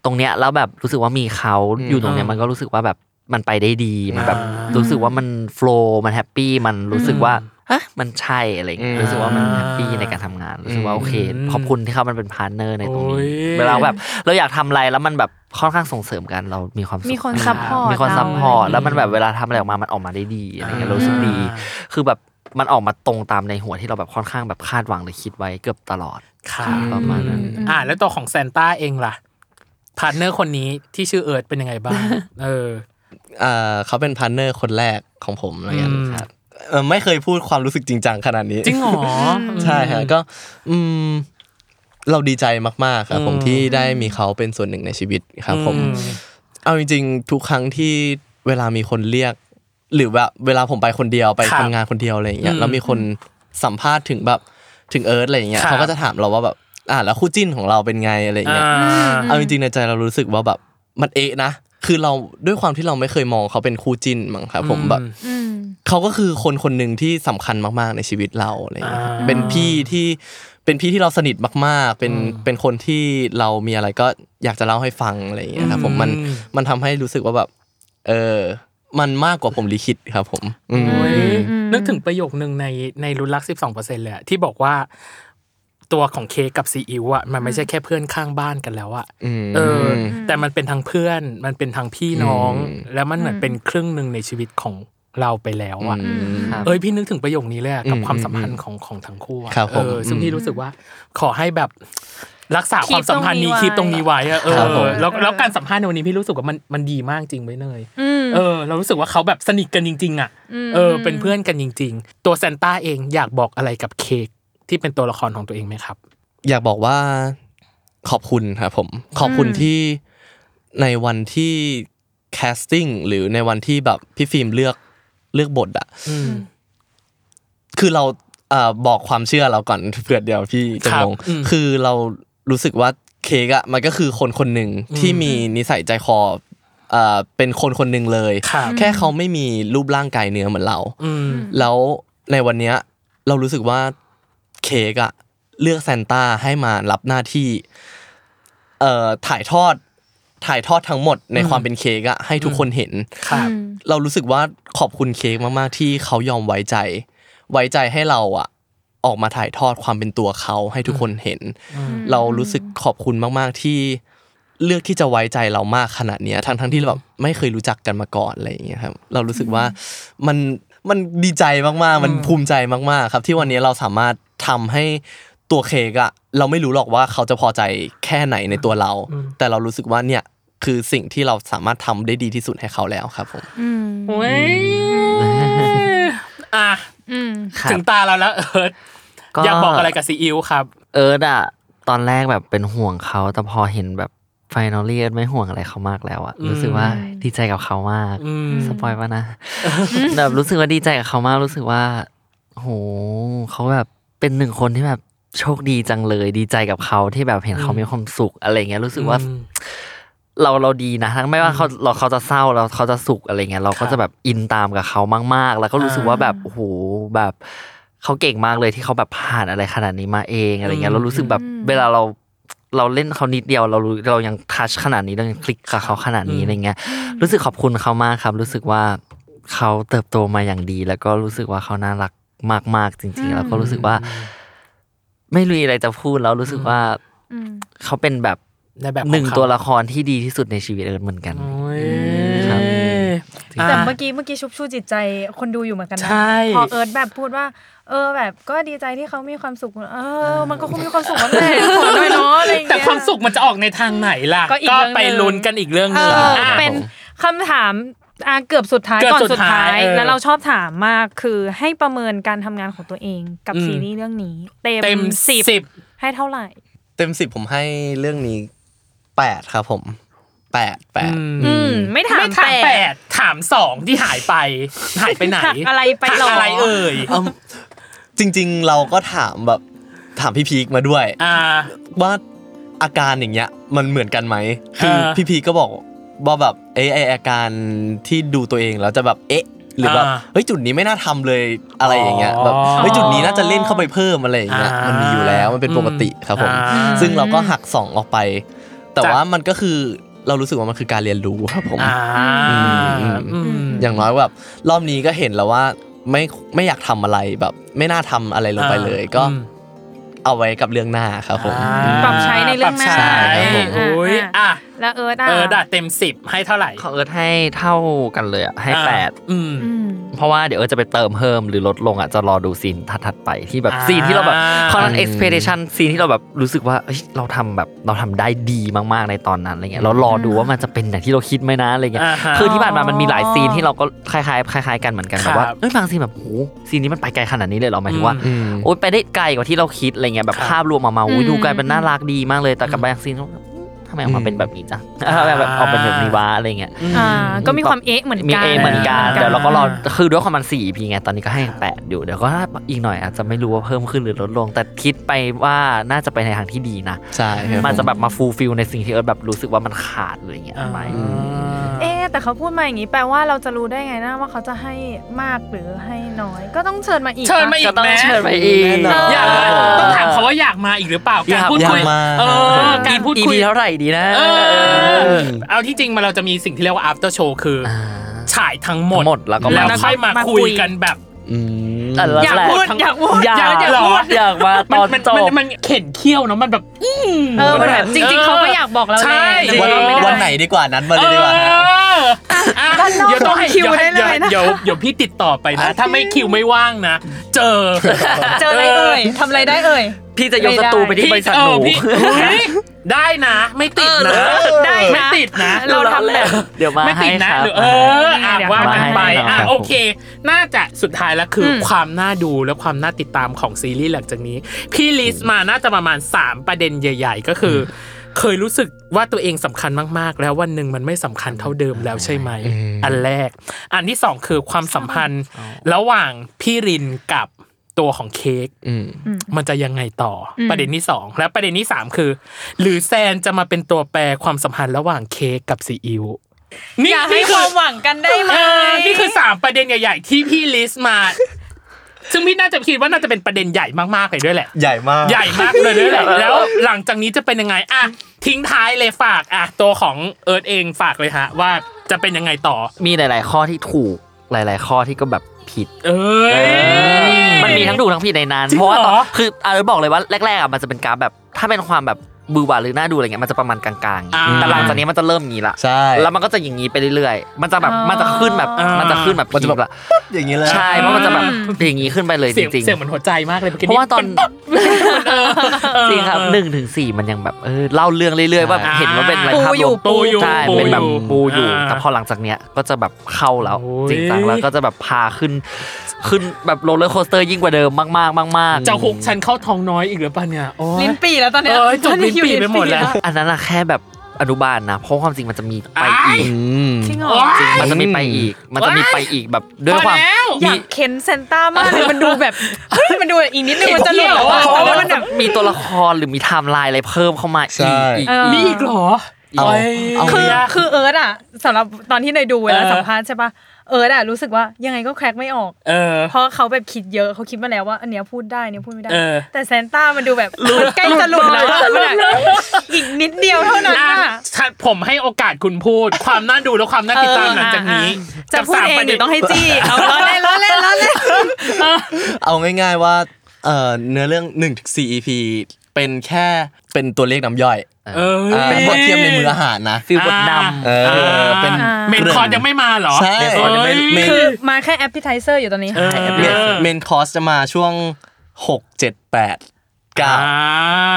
ตรงเนี้ยแล้วแบบรู้สึกว่ามีเขาอยู่ตรงเนี้ยมันก็รู้สึกว่าแบบมันไปได้ดีมันแบบ
อ่า
รู้สึกว่ามันโฟล์มันแฮปปี้มันรู้สึกว่า ฮะมันใช่อะไรอย่างเงี้ย
อืม
รู้สึกว่ามันแฮปปี้ในการทำงานรู้สึกว่าโอเค
อืม
ขอบคุณที่เขามันเป็นพาร์ทเนอร์ในตรงนี้
โอ้ย
เวลาแบบเราอยากทำอะไรแล้วมันแบบค่อนข้างส่งเสริมกันเรามีความสุข
มีคนซัพพอร์ต
มีคนซัพพอร์ต
เรา
แล้วมันแบบเวลาทำอะไรออกมามันออกมาได้ดีอะไรเงี้ย
อ่า
รู้สึกดี คือแบบมันออกมาตรงตามในหัวที่เราแบบค่อนข้างแบบคาดหวังหรือคิดไว้เกือบตลอด
ครับ
ประมาณนั้น
อ่าแล้วตัวของแซนต้าเองล่ะพาร์ทเนอร์คนนี้ที่ชื่อเอิร์ธเป็นยังไง บ้าง เออ
อ่าเขาเป็นพาร์ทเนอร์คนแรกของผมอะไรเงี้ย
อืม
ครับเอ่อไม่เคยพูดความรู้สึกจริงจังขนาดนี้
จริงเหรอ
ใช่ฮะก็อืมเราดีใจมากๆครับผม
อืม
ที่ได้มีเขาเป็นส่วนหนึ่งในชีวิตครับผม เอาจริงๆ ทุกครั้งที่เวลามีคนเรียก หรือแบบเวลาผมไปคนเดียวไป
ครับ
ทำงานคนเดียวอะไรอย่างเงี้
อื
ย
ม
แล้วมีคนสัมภาษณ์ถึงแบบถึงเอิร์ธอะไรอย่างเงี้
ค
ย
รับ
เขาก็จะถามเราว่าแบบอ่ะแล้วคู่จิ้นของเราเป็นไงอะไรอย่าง
อ่
เงี้ย
า
เอาจริงๆในใจเรารู้สึกว่าแบบมันเอะนะ คือเราด้วยความที่เราไม่เคยมองเขาเป็นคู่จิ้นมั้งครับผมแบบ
อืม
เขาก็คือคนคนหนึ่งที่สำคัญมากๆในชีวิตเราอะไรอย่างเงี้ย
อ่า
เป็นพี่ที่เป็นพี่ที่เราสนิทมากๆ เป็นเป็นคนที่เรามีอะไรก็อยากจะเล่าให้ฟังอะไรอย่างเงี้ยครับผมมันมันทำให้รู้สึกว่าแบบเออมันมากกว่าผมลิขิตครับผมอืม
โอ้ยนึกถึงประโยคนึงในในรุ่นรัก 12เปอร์เซ็นเลยอะที่บอกว่า ตัวของเค้กกับซีอิ๊วอะมันไม่ใช่แค่เพื่อนข้างบ้านกันแล้วอะ
ม
เอออ แต่มันเป็นทางเพื่อน มันเป็นทางพี่น้อง แล้วมันเหมือนเป็นครึ่งหนึ่งในชีวิตของเราไปแล้วอะ
ครับ
เอ้ยพี่นึกถึงประโยคนี้เลยอะกับความสัมพันธ์ของของทั้งคู่อะ
ครับผ
เอ
ม
อซึ่งพี่รู้สึกว่า ขอให้แบบรักษาความ
Keep
สัมพันธ์นี้
ตรงนี้ไว้
คีบตรงนี้ไว้อะเออ
ครับผม
แล้วแล้วการสัมภาษณ์ในวันนี้พี่รู้สึกว่ามันมันดีมากจริงไว้ยเนย
อืม
เออเรารู้สึกว่าเขาแบบสนิทกันจริง ๆ อ่ะ เออ เป็นเพื่อนกันจริง ๆ ตัวแซนต้าเองอยากบอกอะไรกับเค้กที่เป็นตัวละครของตัวเองไหมครับ
อยากบอกว่าขอบคุณครับผม ขอบคุณที่ในวันที่แคสติ้งหรือในวันที่แบบพี่ฟิล์มเลือกเลือกบทอะคือเราเอ่อบอกความเชื่อเราก่อนเผื่อเดี๋ยวพี่จะ
ครับ
งง
อืม
คือเรารู้สึกว่าเค้กอะมันก็คือคนคนหนึ่งที่มีนิสัยใจคอเอ่อเป็นคนคนหนึ่งเลย
ครับ
แค่เขาไม่มีรูปร่างกายเนื้อเหมือนเรา
อืม
แล้วในวันเนี้ยเรารู้สึกว่าเค้กอะเลือกแซนต้าให้มารับหน้าที่เอ่อถ่ายทอดถ่ายทอดทั้งหมดในความเป็นเค้กอะให้ทุกคนเห็น
ครับ
เรารู้สึกว่าขอบคุณเค้กมากๆ ที่เขายอมไว้ใจ ไว้ใจให้เราอะออกมาถ่ายทอดความเป็นตัวเขาให้ทุกคนเห็น เรารู้สึกขอบคุณมากๆที่เลือกที่จะไว้ใจเรามากขนาดเนี้ยทั้งทั้งๆที่เราแบบไม่เคยรู้จักกันมาก่อนอะไรอย่างเงี้ยครับเรารู้สึกว่ามันมันดีใจมากๆ มันภูมิใจมากๆ ครับ ที่วันนี้เราสามารถทำให้ตัวเค้กอะเราไม่รู้หรอกว่าเขาจะพอใจแค่ไหนในตัวเรา แต่เรารู้สึกว่าเนี่ยคือสิ่งที่เราสามารถทำได้ดีที่สุดให้เขาแล้วครับผม
โอ้ยอ่ะ
อืม
ครับ
ถึงตาเราแล้วเอิร์ธ
ก็
อยากบอกอะไรกับซีอิ๊วครับ
เอิร์ดอะตอนแรกแบบเป็นห่วงเขาแต่พอเห็นแบบไฟนอลลี่เอิร์ดไม่ห่วงอะไรเขามากแล้วอะ
อืม
รู้สึกว่าดีใจกับเขามาก
อืม
สปอยล์ป่ะ นะแบบรู้สึกว่าดีใจกับเขามากรู้สึกว่าโหเขาแบบเป็นหนึ่งคนที่แบบโชคดีจังเลย ดีใจกับเขาที่แบบเห็นเขามีความสุขอะไรเงี้ยรู้สึกว่า
อืม
เราเราดีนะทั้งไม่ว่าเขาเราเขาจะเศร้าเราเขาจะสุขอะไรเงี้ยเราก็จะแบบอินตามกับเขามาก ๆ แล้วก็รู้สึกว่าแบบโอ้โหแบบเขาเก่งมากเลยที่เขาแบบผ่านอะไรขนาดนี้มาเองอะไรเงี้ยเรารู้สึกแบบเวลาเราเราเล่นเขานิดเดียวเรารู้เรายังทัชขนาดนี้เรายังคลิกกับเขาขนาดนี้อะไรเงี้ยรู้สึกขอบคุณเขามากครับ รู้สึกว่าเขาเติบโตมาอย่างดี แล้วก็รู้สึกว่าเขาน่ารักมาก ๆ จริง ๆ แล้วก็รู้สึกว่า ไม่รู้อะไรจะพูดแล้วรู้สึกว่า
อืม
เขาเป็นแบบ
ในแบบ
หนึ่ง
ของเขา
ตัวละครที่ดีที่สุดในชีวิตเอิร์ธเหมือนกัน
โอ้ย
ครับ
อ่ะ
แต่เมื่อกี้เมื่อกี้ชุบชูจิตใจคนดูอยู่เหมือนกันนะ
ใช่
พอเอิร์ธแบบพูดว่า เออแบบก็ดีใจที่เขามีความสุขเออ มันก็คงมีความสุขนั่นแหละขอหน่อยเนาะอะไรอย่าง
แต่
เงี้ย
ความสุขมันจะออกในทางไหนล่ะ
ก็อีกเรื่องหนึ่ง
ไปลุ้นกันอีกเรื่องห
เอ
นึง
อ
อ่ะ
เป็นคำถามอ่ะเกือบสุดท้าย
เกือบ
ก่อน
สุ
สุ
ด
ด
ท้า
ท้าย ย
เออ
แล้วเราชอบถามมากคือให้ประเมินการทำงานของตัวเองกับ
อืม
ซีรีส์เรื่องนี้ เต็
เต็ม
สิบ
สิบ
ให้เท่าไหร่
เต็มสิบผมให้เรื่องนี้แปดครับผมแปดแปด
อืม ไม่ถาม
ไม่ถาม
แป
แป
ด
ดถามสองที่หายไป หายไปไหน
หัก อะไรไปหรอ
หักอะไรเอ่ย
เอิ่มจริง ๆ เราก็ถามแบบถามพี่พีคมาด้วย
อ่า
ว่าอาการอย่างเงี้ยมันเหมือนกันไหมคือ
เออ
พี่พีก็บอกว่าแบบเอะไออาการที่ดูตัวเองแล้วจะแบบเอ๊ะ หรือแบบ
อ่า
เฮ้ยจุดนี้ไม่น่าทำเลยอะไรอย่างเงี้ย
อ๋อ
แบบเฮ้ยจุดนี้น่าจะเล่นเข้าไปเพิ่มอะไรอย่างเงี้ย
อ่ามั
มันมีอยู่แล้วมันเป็นปกติครับผม
อ่า
ซึ่งเราก็หักสองออกไป แต่
จ้ะ
ว่ามันก็คือเรารู้สึกว่ามันคือการเรียนรู้ครับผม
อ่า
อืม
อืม
อย่างน้อยแบบรอบนี้ก็เห็นแล้วว่าไม่ไม่อยากทำอะไรแบบ ไม่น่าทำอะไรลงไปเลย ก็
อืม
เอาไว้กับเรื่องหน้าครับผม
ปรับใช้ในเรื่องหน้า
ปบใช้
ใช่ครับผม
โอ้ยอ่ะ
แล้วเอิร์ธ
เอ
อ่ะ
อด่าเต็มสิบให้เท่าไหร่
ของเอิร์ธให้เท่ากันเลยอะให้แปด
อืม
อืม
เพราะว่าเดี๋ยวเอิร์ธจะไปเติมเพิ่มหรือลดลงอะจะรอดูซีนถัดๆไปที่แบบ
อ่า
ซีนที่เราแบบคอน
อืม
expectation ซีนที่เราแบบรู้สึกว่าเอ้ยเราทำแบบเราทำได้ดีมากๆในตอนนั้นอะไรเงี้ยเรารอดูว่ามันจะเป็นอย่างที่เราคิดไหมนะอะไรเงี้ย
อ่าฮะ
คือที่ผ่านมามันมีหลายซีนที่เราก็คล้ายๆคล้าย ๆ กันเหมือนกัน
ครั
แบบ บว่าเอ้ยบางซีนแบบโหซีนนี้มันไปไกลขนาดนี้เลยเหรอหมายถึงว่า
อืม
โอ้ยไปได้ไกลกว่าที่เราคิดอะไรเงี้ยแบบ
ครับ
ภาพรวมออกมาอุ้ย
อืม
ดูไกลเป็นน่ารักดีมากเลยแต่กับบางซีนก็แบบทำไมออกมาเป็นแบบนี้จ้ะ
อ่า
ทำไมแบบออกเป็นแบบนี้วะอะไรเงี้ย
อ่าก็มีความเอ๊ะเหมือน
มี
กัน
เอเหมือนกัน
เหมือนกัน
แต่เราก็รอคือด้วยความมันสี่พีไงตอนนี้ก็ให้แปดอยู่เดี๋ยวก็อีกหน่อยอาจจะไม่รู้ว่าเพิ่มขึ้นหรือลดลง แต่คิดไปว่าน่าจะไปในทางที่ดีนะ
ใช่ครับ
มันจะ
ผ
แบบมาฟูลฟิลในสิ่งที่เอิร์ธแบบรู้สึกว่ามันขาดหรืออย่างเงี้ย
อ่า
ไหม
เอ๊ะแต่เขาพูดมาอย่างนี้แปลว่าเราจะรู้ได้ไงนะว่าเขาจะให้มากหรือให้น้อย ก็ต้องเชิญมาอีก
เชิญมาอี
ก็
ก
ต้อง
แม่
เชิญไปอีก
แน่นน
อยากมา
เออ
ต้องถามเขาว่าอยากมาอีกหรือเปล่า
อยาก
การพูดคุย
อยากมา
เออ
อี
การพูด
อี
คุย
พีเท่าไหร่ดีนะ
เออ
เออ
เอาที่จริงมาเราจะมีสิ่งที่เรียกว่า after show คืออ
อ่า
ฉายทั้งหมด
ทั้งหมดแล้วก็มา
แล้วค่อยมาคุยกันแบบ
อืม
แต่ละ
อยาก
แหละ
พูดอยากพูด
อยาก
อยากอยากพูด
อยากมาต
มัน
อน
มัน
จ
มัน
บ
มันเข็นเขี้ยวเนาะมันแบบ
เออมันแบบจริง ๆเขาก็อยากบอกเรา
ใช่
แหละแต่
วัน
เราไม่ได้
วันไหนดีกว่านั้นมาเลยดีกว่าฮะ
เอออ่ะเดี๋ยวต้องให้
คิวได้เลยนะคะ
เดี๋ยวเดี๋ยวพี่ติดต่อไปนะ ถ้าไม่คิวไม่ว่างนะ เจอ
เจออะไรเอ่ยทำอะไรได้เอ่ย
พี่จะยกสตูไปที่บริษัท
เอ
ห
อ
นู
พี่เฮ้ยได้นะ ไม่ติดนะ
เออได้นะ
ไม่ติดนะ
เราทำแบบ
เดี๋ยวมา
ไม่ติดนะ
ให้ครับ
หรือเอออ่ะ
เดี๋ยว
ว่ากันไป
มาให้ครับ
อ่ะ
ผม
โอเค น่าจะสุดท้ายแล้วคืออ
ม
ความน่าดูและความน่าติดตามของซีรีส์หลังจากนี้ พี่ลิสต์มาน่าจะประมาณ 3 ประเด็นใหญ่ ๆ ก็คือ เคยรู้สึกว่าตัวเองสำคัญมากๆ แล้ววันหนึ่งมันไม่สำคัญเท่าเดิมแล้วใช่ไหม อันแรก อันที่สองคือความสัมพันธ์ระหว่างพี่รินกับตัวของเค้ก
อืม
มันจะยังไงต่ออประเด็นที่ 2 และประเด็นที่ 3 คือ หรือแซนจะมาเป็นตัวแปรความสัมพันธ์ระหว่างเค้กกับซีอิ๊วนี่
อยากให้
นี่
ค
คื
วา
อ
มหวังกันได้ไหม
เออนี่คือ 3 ประเด็นใหญ่ ๆ ที่พี่ลิสต์มา ซึ่งพี่น่าจะคิดว่าน่าจะเป็นประเด็นใหญ่มากๆเลยด้วยแหละ
ใหญ่มาก
ใหญ่มากเลย ด้วยแหละแล้วหลังจากนี้จะเป็นยังไงอ่ะทิ้งท้ายเลยฝากอ่ะตัวของเอิร์ธเองฝากเลยฮะ ว่าจะเป็นยังไงต่อ
มีหลาย ๆ ข้อที่ถูกหลาย ๆ ข้อที่ก็แบบผิด
เอ้ย
มันมีทั้งถูกทั้งผิดในนั้น
จริง
เพราะว่า
เหรอ
ตอนคืออาจจะบอกเลยว่าแรกๆอ่ะมันจะเป็นกราฟแบบ ถ้าเป็นความแบบ บือหวาหรือหน้าดูอะไรเงี้ยมันจะประมาณกลาง
อ่า
ๆแต่หลังจากนี้มันจะเริ่มอย่างงี้ละ
ใช่
แล้วมันก็จะอย่างงี้ไปเรื่อยๆ มันจะแบบ
อ๋อ
มันจะขึ้นแบบมันจะขึ้นแบบ
มันจะแบบ
พีคละ
อย่างนี้เลย
ใช่เพราะมันจะแบบอย่างงี้ขึ้นไปเลยจ
เสียง
ริง
เสียงเหมือนหัวใจมากเลยมื่กี้
เพราะว่าตอน
ป็ปั๊บ
จริงครับหนึ่งถึงสี่มันยังแบบเออเล่าเรื่องเรื่อยๆว่า
อ่า
เห็นว่าเป็นอะไรภาพรวม
ปูอยู่
ใช่
ปูอยู่
เป็นแบบปูอยู่
อ่า
แต่พอหลังจากเนี้ยก็จะแบบเข้าแล้ว
โอ้ย
จริงจังแล้วก็จะแบบพาขึ้น ขึ้นแบบโรลเลอร์โคสเตอร์ยิ่งกว่าเดิมมากๆมากๆ
จะหกฉันเข้าท้องน้อยอีกหรือเปล่าเนี่ยโอ้ย
ลิ้นปีแล้วตอนเนี้ย
เออจบ
ตอนนี้
ลิ้นปี่
อยู่
ไปหมดแล้ว
อันนั้นอะแค่แบบอนุบาลนะ เพราะความจริงมันจะมีไป
อ้า
อี
ย
ก
อืม
จริงเหรอ
มันจะมีไปอีก มันจะมีไปอีกแบบด้วยความ
พอแล้ว
อ
มี
ยากเข็นเซนต้ามากเลยมันดูแบบเฮ้ยมันดูแบบอีกนิดนึงมันจะหลุดแล้วอะ
เพ
เพ
ราะ
ราะ
ว่า
ว่า
มั
มัน น
แบ
แบบ บ
มีตัวละครหรือมีไทม์ไลน์อะไรเพิ่มเข้ามา
ใช่
อีกอีก
เออ
มีอีกเหรอ
เอา
เอา
คือคือเอิร์ธอะสำหรับตอนที่เนยดูเวลา
เออ
สัมภาษณ์ใช่ปะเอิร์ธอะรู้สึกว่ายังไงก็แครกไม่ออก
เออ
เพราะเขาแบบคิดเยอะเขาคิดมาแล้วว่าอันเนี้ยพูดได้อันเนี้ยพูดไม่ได้
เออ
แต่เซนต้ามันดูแบบมันใกล้จะหลุดแล้วอะมันแบบอีกนิดเดียวเท่านั้นอะ
อ่ะผมให้โอกาสคุณพูด ความน่าดูและความน่าติดตามหลังจากนี้
เอออ่ะอ่ะจะพูด
กับสาม
เองหรือ
ประเด็น
ต้องให้จี้ เอาล้อเล่ นล้อเล่นล้อเล่น
เอาง่ายๆว่าเอ่อเนื้อเรื่อง1นถึงส EP เป็นแค่เป็นตัวเลขน้ำย่อย
เออ
อ่าเป็นบทเทียบในมืออาหารนะ
ฟิลบทน
เออเป็น
อ่า
เมนคอร์สยังไม่มาเหรอ
ใช่
เอ้ย
เมน
คือมาแค่แอปเป t i ไ e เซอร์อยู่ตอนนี้
เออ
หาย
เม
ไป
น
เออ
เมนคอร์สจะมาช่วง 6 7 8
อ่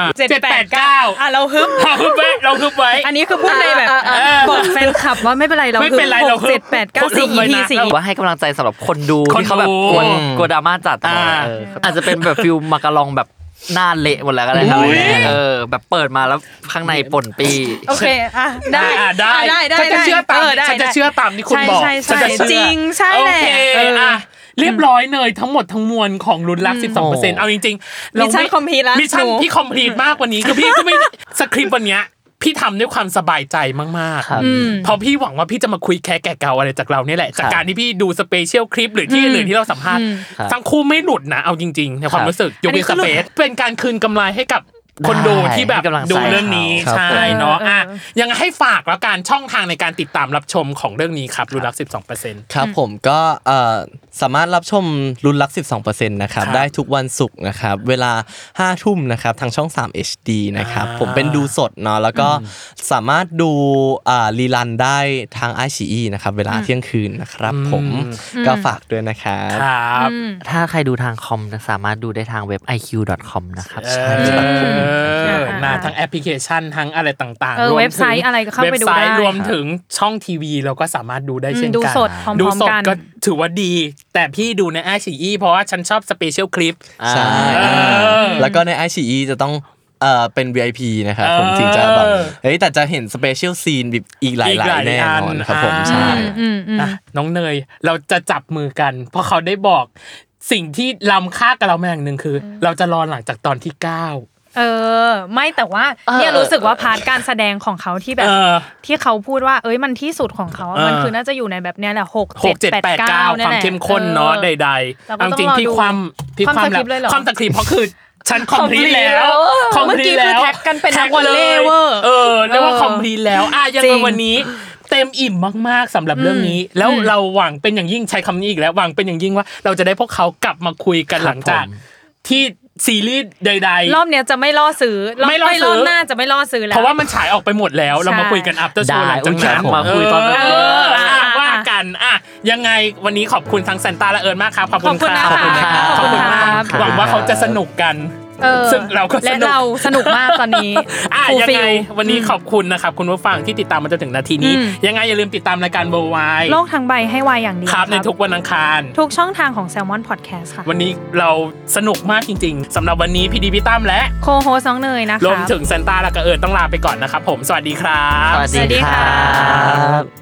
า
9
เจ็ดแปดเก้า
อ่ะเราฮึบ
เราฮึบไว้เราฮึบไว้
อันนี้คือพูดในแบบ
เออ
บอกแฟนคลับว่าไม่เป็นไรเรา
ไม่เป็นไรเราฮึบ
เจ็ดแปดเก้าสี่
เราฮึบ
EP
ไว้นะ
สี่
ำว่าให้กำลังใจสำหรับคนดู
คนดู
ที่เขาแบบกลัวกลัวดราม่าจัด
อ่า
เอออาจจะเป็นแบบฟิลมากะลองแบบหน้าเละหมดแล้วก็ได้ครับ
อุ๊ย
เออ แบบเปิดมาแล้วข้างในป่นปี
โอเค อ่ะ ได้
อ่ะได้
อ่ะได้ได้
ฉันจะ
ได้
เชื่อตาม
ได้
ฉันจะ
ได้
เชื่อตามที่คุณ
ใช่
บอก
ใช่ใช่
ฉันจะเชื่อ
จริงใช่
โอ
แหละ
เค
เอออ่
อ่ะเรียบร้อยเนยทั้งหมดทั้งมวลของลุ้นรัก 12เปอร์เซ็นต์เอาจริงๆเราไ
Mission complete ละ
มิชชั่
ห
น
นู
พี่คอมพลีทมากกว่านี้ คือพี่ก็ไม่สคริปต์วันเนี้ยพี่ทำด้วยความสบายใจมาก
ครับ
อืม
ๆเพราะพี่หวังว่าพี่จะมาคุยแค่แก่เก่าอะไรจากเราเนี่ยแหละจากการที่พี่ดูสเปเชียลคลิปหรือที่อื่นๆที่เราสัมภาษณ์
ครับ
ทั้งคู่ไม่หลุดนะเอาจริงๆในความ
ครับ
รู้สึกยก
อันนี้
เว้น
คื
ส
อหลุ
เป
ด
ซเป็นการคืนกำไรให้กับคนดูที่แบบ
ให้กำลังใจ
ดูเรื่องนี้
เขา
ใช่
ครับผม
เนาะอ่ะ ยังไงให้ฝากแล้วการช่องทางในการติดตามรับชมของเรื่องนี้ครับ รู้รัก 12เปอร์เซ็นต์
ครับผมก็เอ่อสามารถรับชมรุ่นรัก 12%นะครับ
ครับ
ได้ทุกวันศุกร์นะครับเวลา 5 ทุ่มนะครับทางช่อง 3 HD นะครับ
อ่า
ผมเป็นดูสดเนาะแล้วก็สามารถดูอ่ารีลันได้ทาง i อชีนะครับเวลาเที่ยงคืนนะครับผม
อื
ก็ฝากด้วยนะครับ
ครับ
ถ้าใครดูทางคอมนะสามารถดูได้ทางเว็บ iq.com นะครับ
เออนะทั้งแอปพลิเคชันทั้งอะไรต่าง
เออ
ๆรวมถึง
เว็บไซต์อะไรก็เข้าไปดูได้
ว็บซต์รวมถึงช่องทีวีเราก็สามารถดูได้เช่น
อืม
กัน
ดูสดพร้อมๆ
ดูสด
กัน
ก็ถือว่าดี แต่พี่ดูในไอชีอีเพราะว่าฉันชอบสเปเชียลคลิป
ใช่
เออ
แล้วก็ใน i อชีจะต้องเอ่อเป็น VIP นะครับผม
เออ
ถึงจะแบบเฮ้ยแต่จะเห็นสเปเชียลซีนแบบอีกห
อีก
ลา
หลาย ย
ๆแน่นอนครับผม
อัน
ใช่
อืมอืมอืม
อ่ะน้องเนยเราจะจับมือกัน เพราะเขาได้บอกสิ่งที่ล้ำค่ากับเรามาอย่างหนึ่งคือ เราจะรอหลังจากตอนที่เก้า
เออ ไม่แต่ว่าเนี่ยรู้สึกว่าพาร์ทการแสดงของเขาที่แบ
เอบ อ
ที่เขาพูดว่าเอ้ยมันที่สุดของเขาอะ
เออ
มันคือน่าจะอยู่ในแบบเนี้ยแหละหก
หกเจ็ดแปดเก้า
นี่ยว
คาม
แหละ
เข้มข้นเนาะใดๆ
เราก็
เอาจริง
ต้องรอ
พี่
ดู
ความพี่
ความ
ความ
สคริปต์เลยเหรอ
ความตะคริปต์เพราะคือฉันคอมพลี
complete
แล้ว
แล้ว
complete
เมื่อกี้คือแท็กกันเป็นนักวอลเลย์เวอร์
เออเรียกว่า
เออ
คอมพลีแล้วอ่ะยัง
จริ
ไง
ง
วันนี้ เต็มอิ่มมากๆสำหรับเรื่องนี้ แล้วเราหวังเป็นอย่างยิ่งใช้คำนี้อีกแล้วหวังเป็นอย่างยิ่งว่า เราจะได้พวกเขากลับมาคุยกัน
ครับ
หลังจาก
ผม
ที่ซีรีส์ใด
รอบเนี้ยจะไม่ล่อซื้อรบ
ไม่ล่อซื้อ
รอบหน้าจะไม่ล่อซื้อแล้ว
เพราะว่ามันฉายออกไปหมดแล้วเรามาคุยกันอัพเตอร์โชว์ห
ได้
ลังจากนั้
อุ๊ยฉาย
น
ออกมาคุยตอนนั้น
เอออ่ะ
อ่ะ
ว่ากันอ่ะยังไงวันนี้ขอบคุณทั้งเซนต้าและเอิร์นมากครับ ขอบ
ขอบคุณ
รับ
นะคะ
ขอบคุณมาก
ขอบคุณครับ
หวังว่าเขาจะสนุกกัน
เออ
ซึ่งเราก็ส
และ
นุก
เราสนุกมากตอน นี้
อ่ะ
ฟูล
ยัง
ฟิ
ไง
ล
วันนี้ขอบคุณนะครับคุณผู้ฟังที่ติดตามมาจนถึงนาทีนี้
อืม
ยังไงอย่าลืมติดตามรายการเบอร์ไว
โลกทั้งใบให้วายอย่างเดียว
ครับในทุกวันอังคาร
ทุกช่องทางของ Salmon Podcast ค่ะ
วันนี้เราสนุกมากจริง ๆสำหรับวันนี้พี่ดีพี่ตั้มและ
โคโฮสน้องเนยนะคะ
รวมถึงเซนต้าและก็เอิร์นต้องลาไปก่อนนะครับผมสวัสดีครับ
สวัส
ส
ดี
วัสดี
ค
ค่ะ
รับ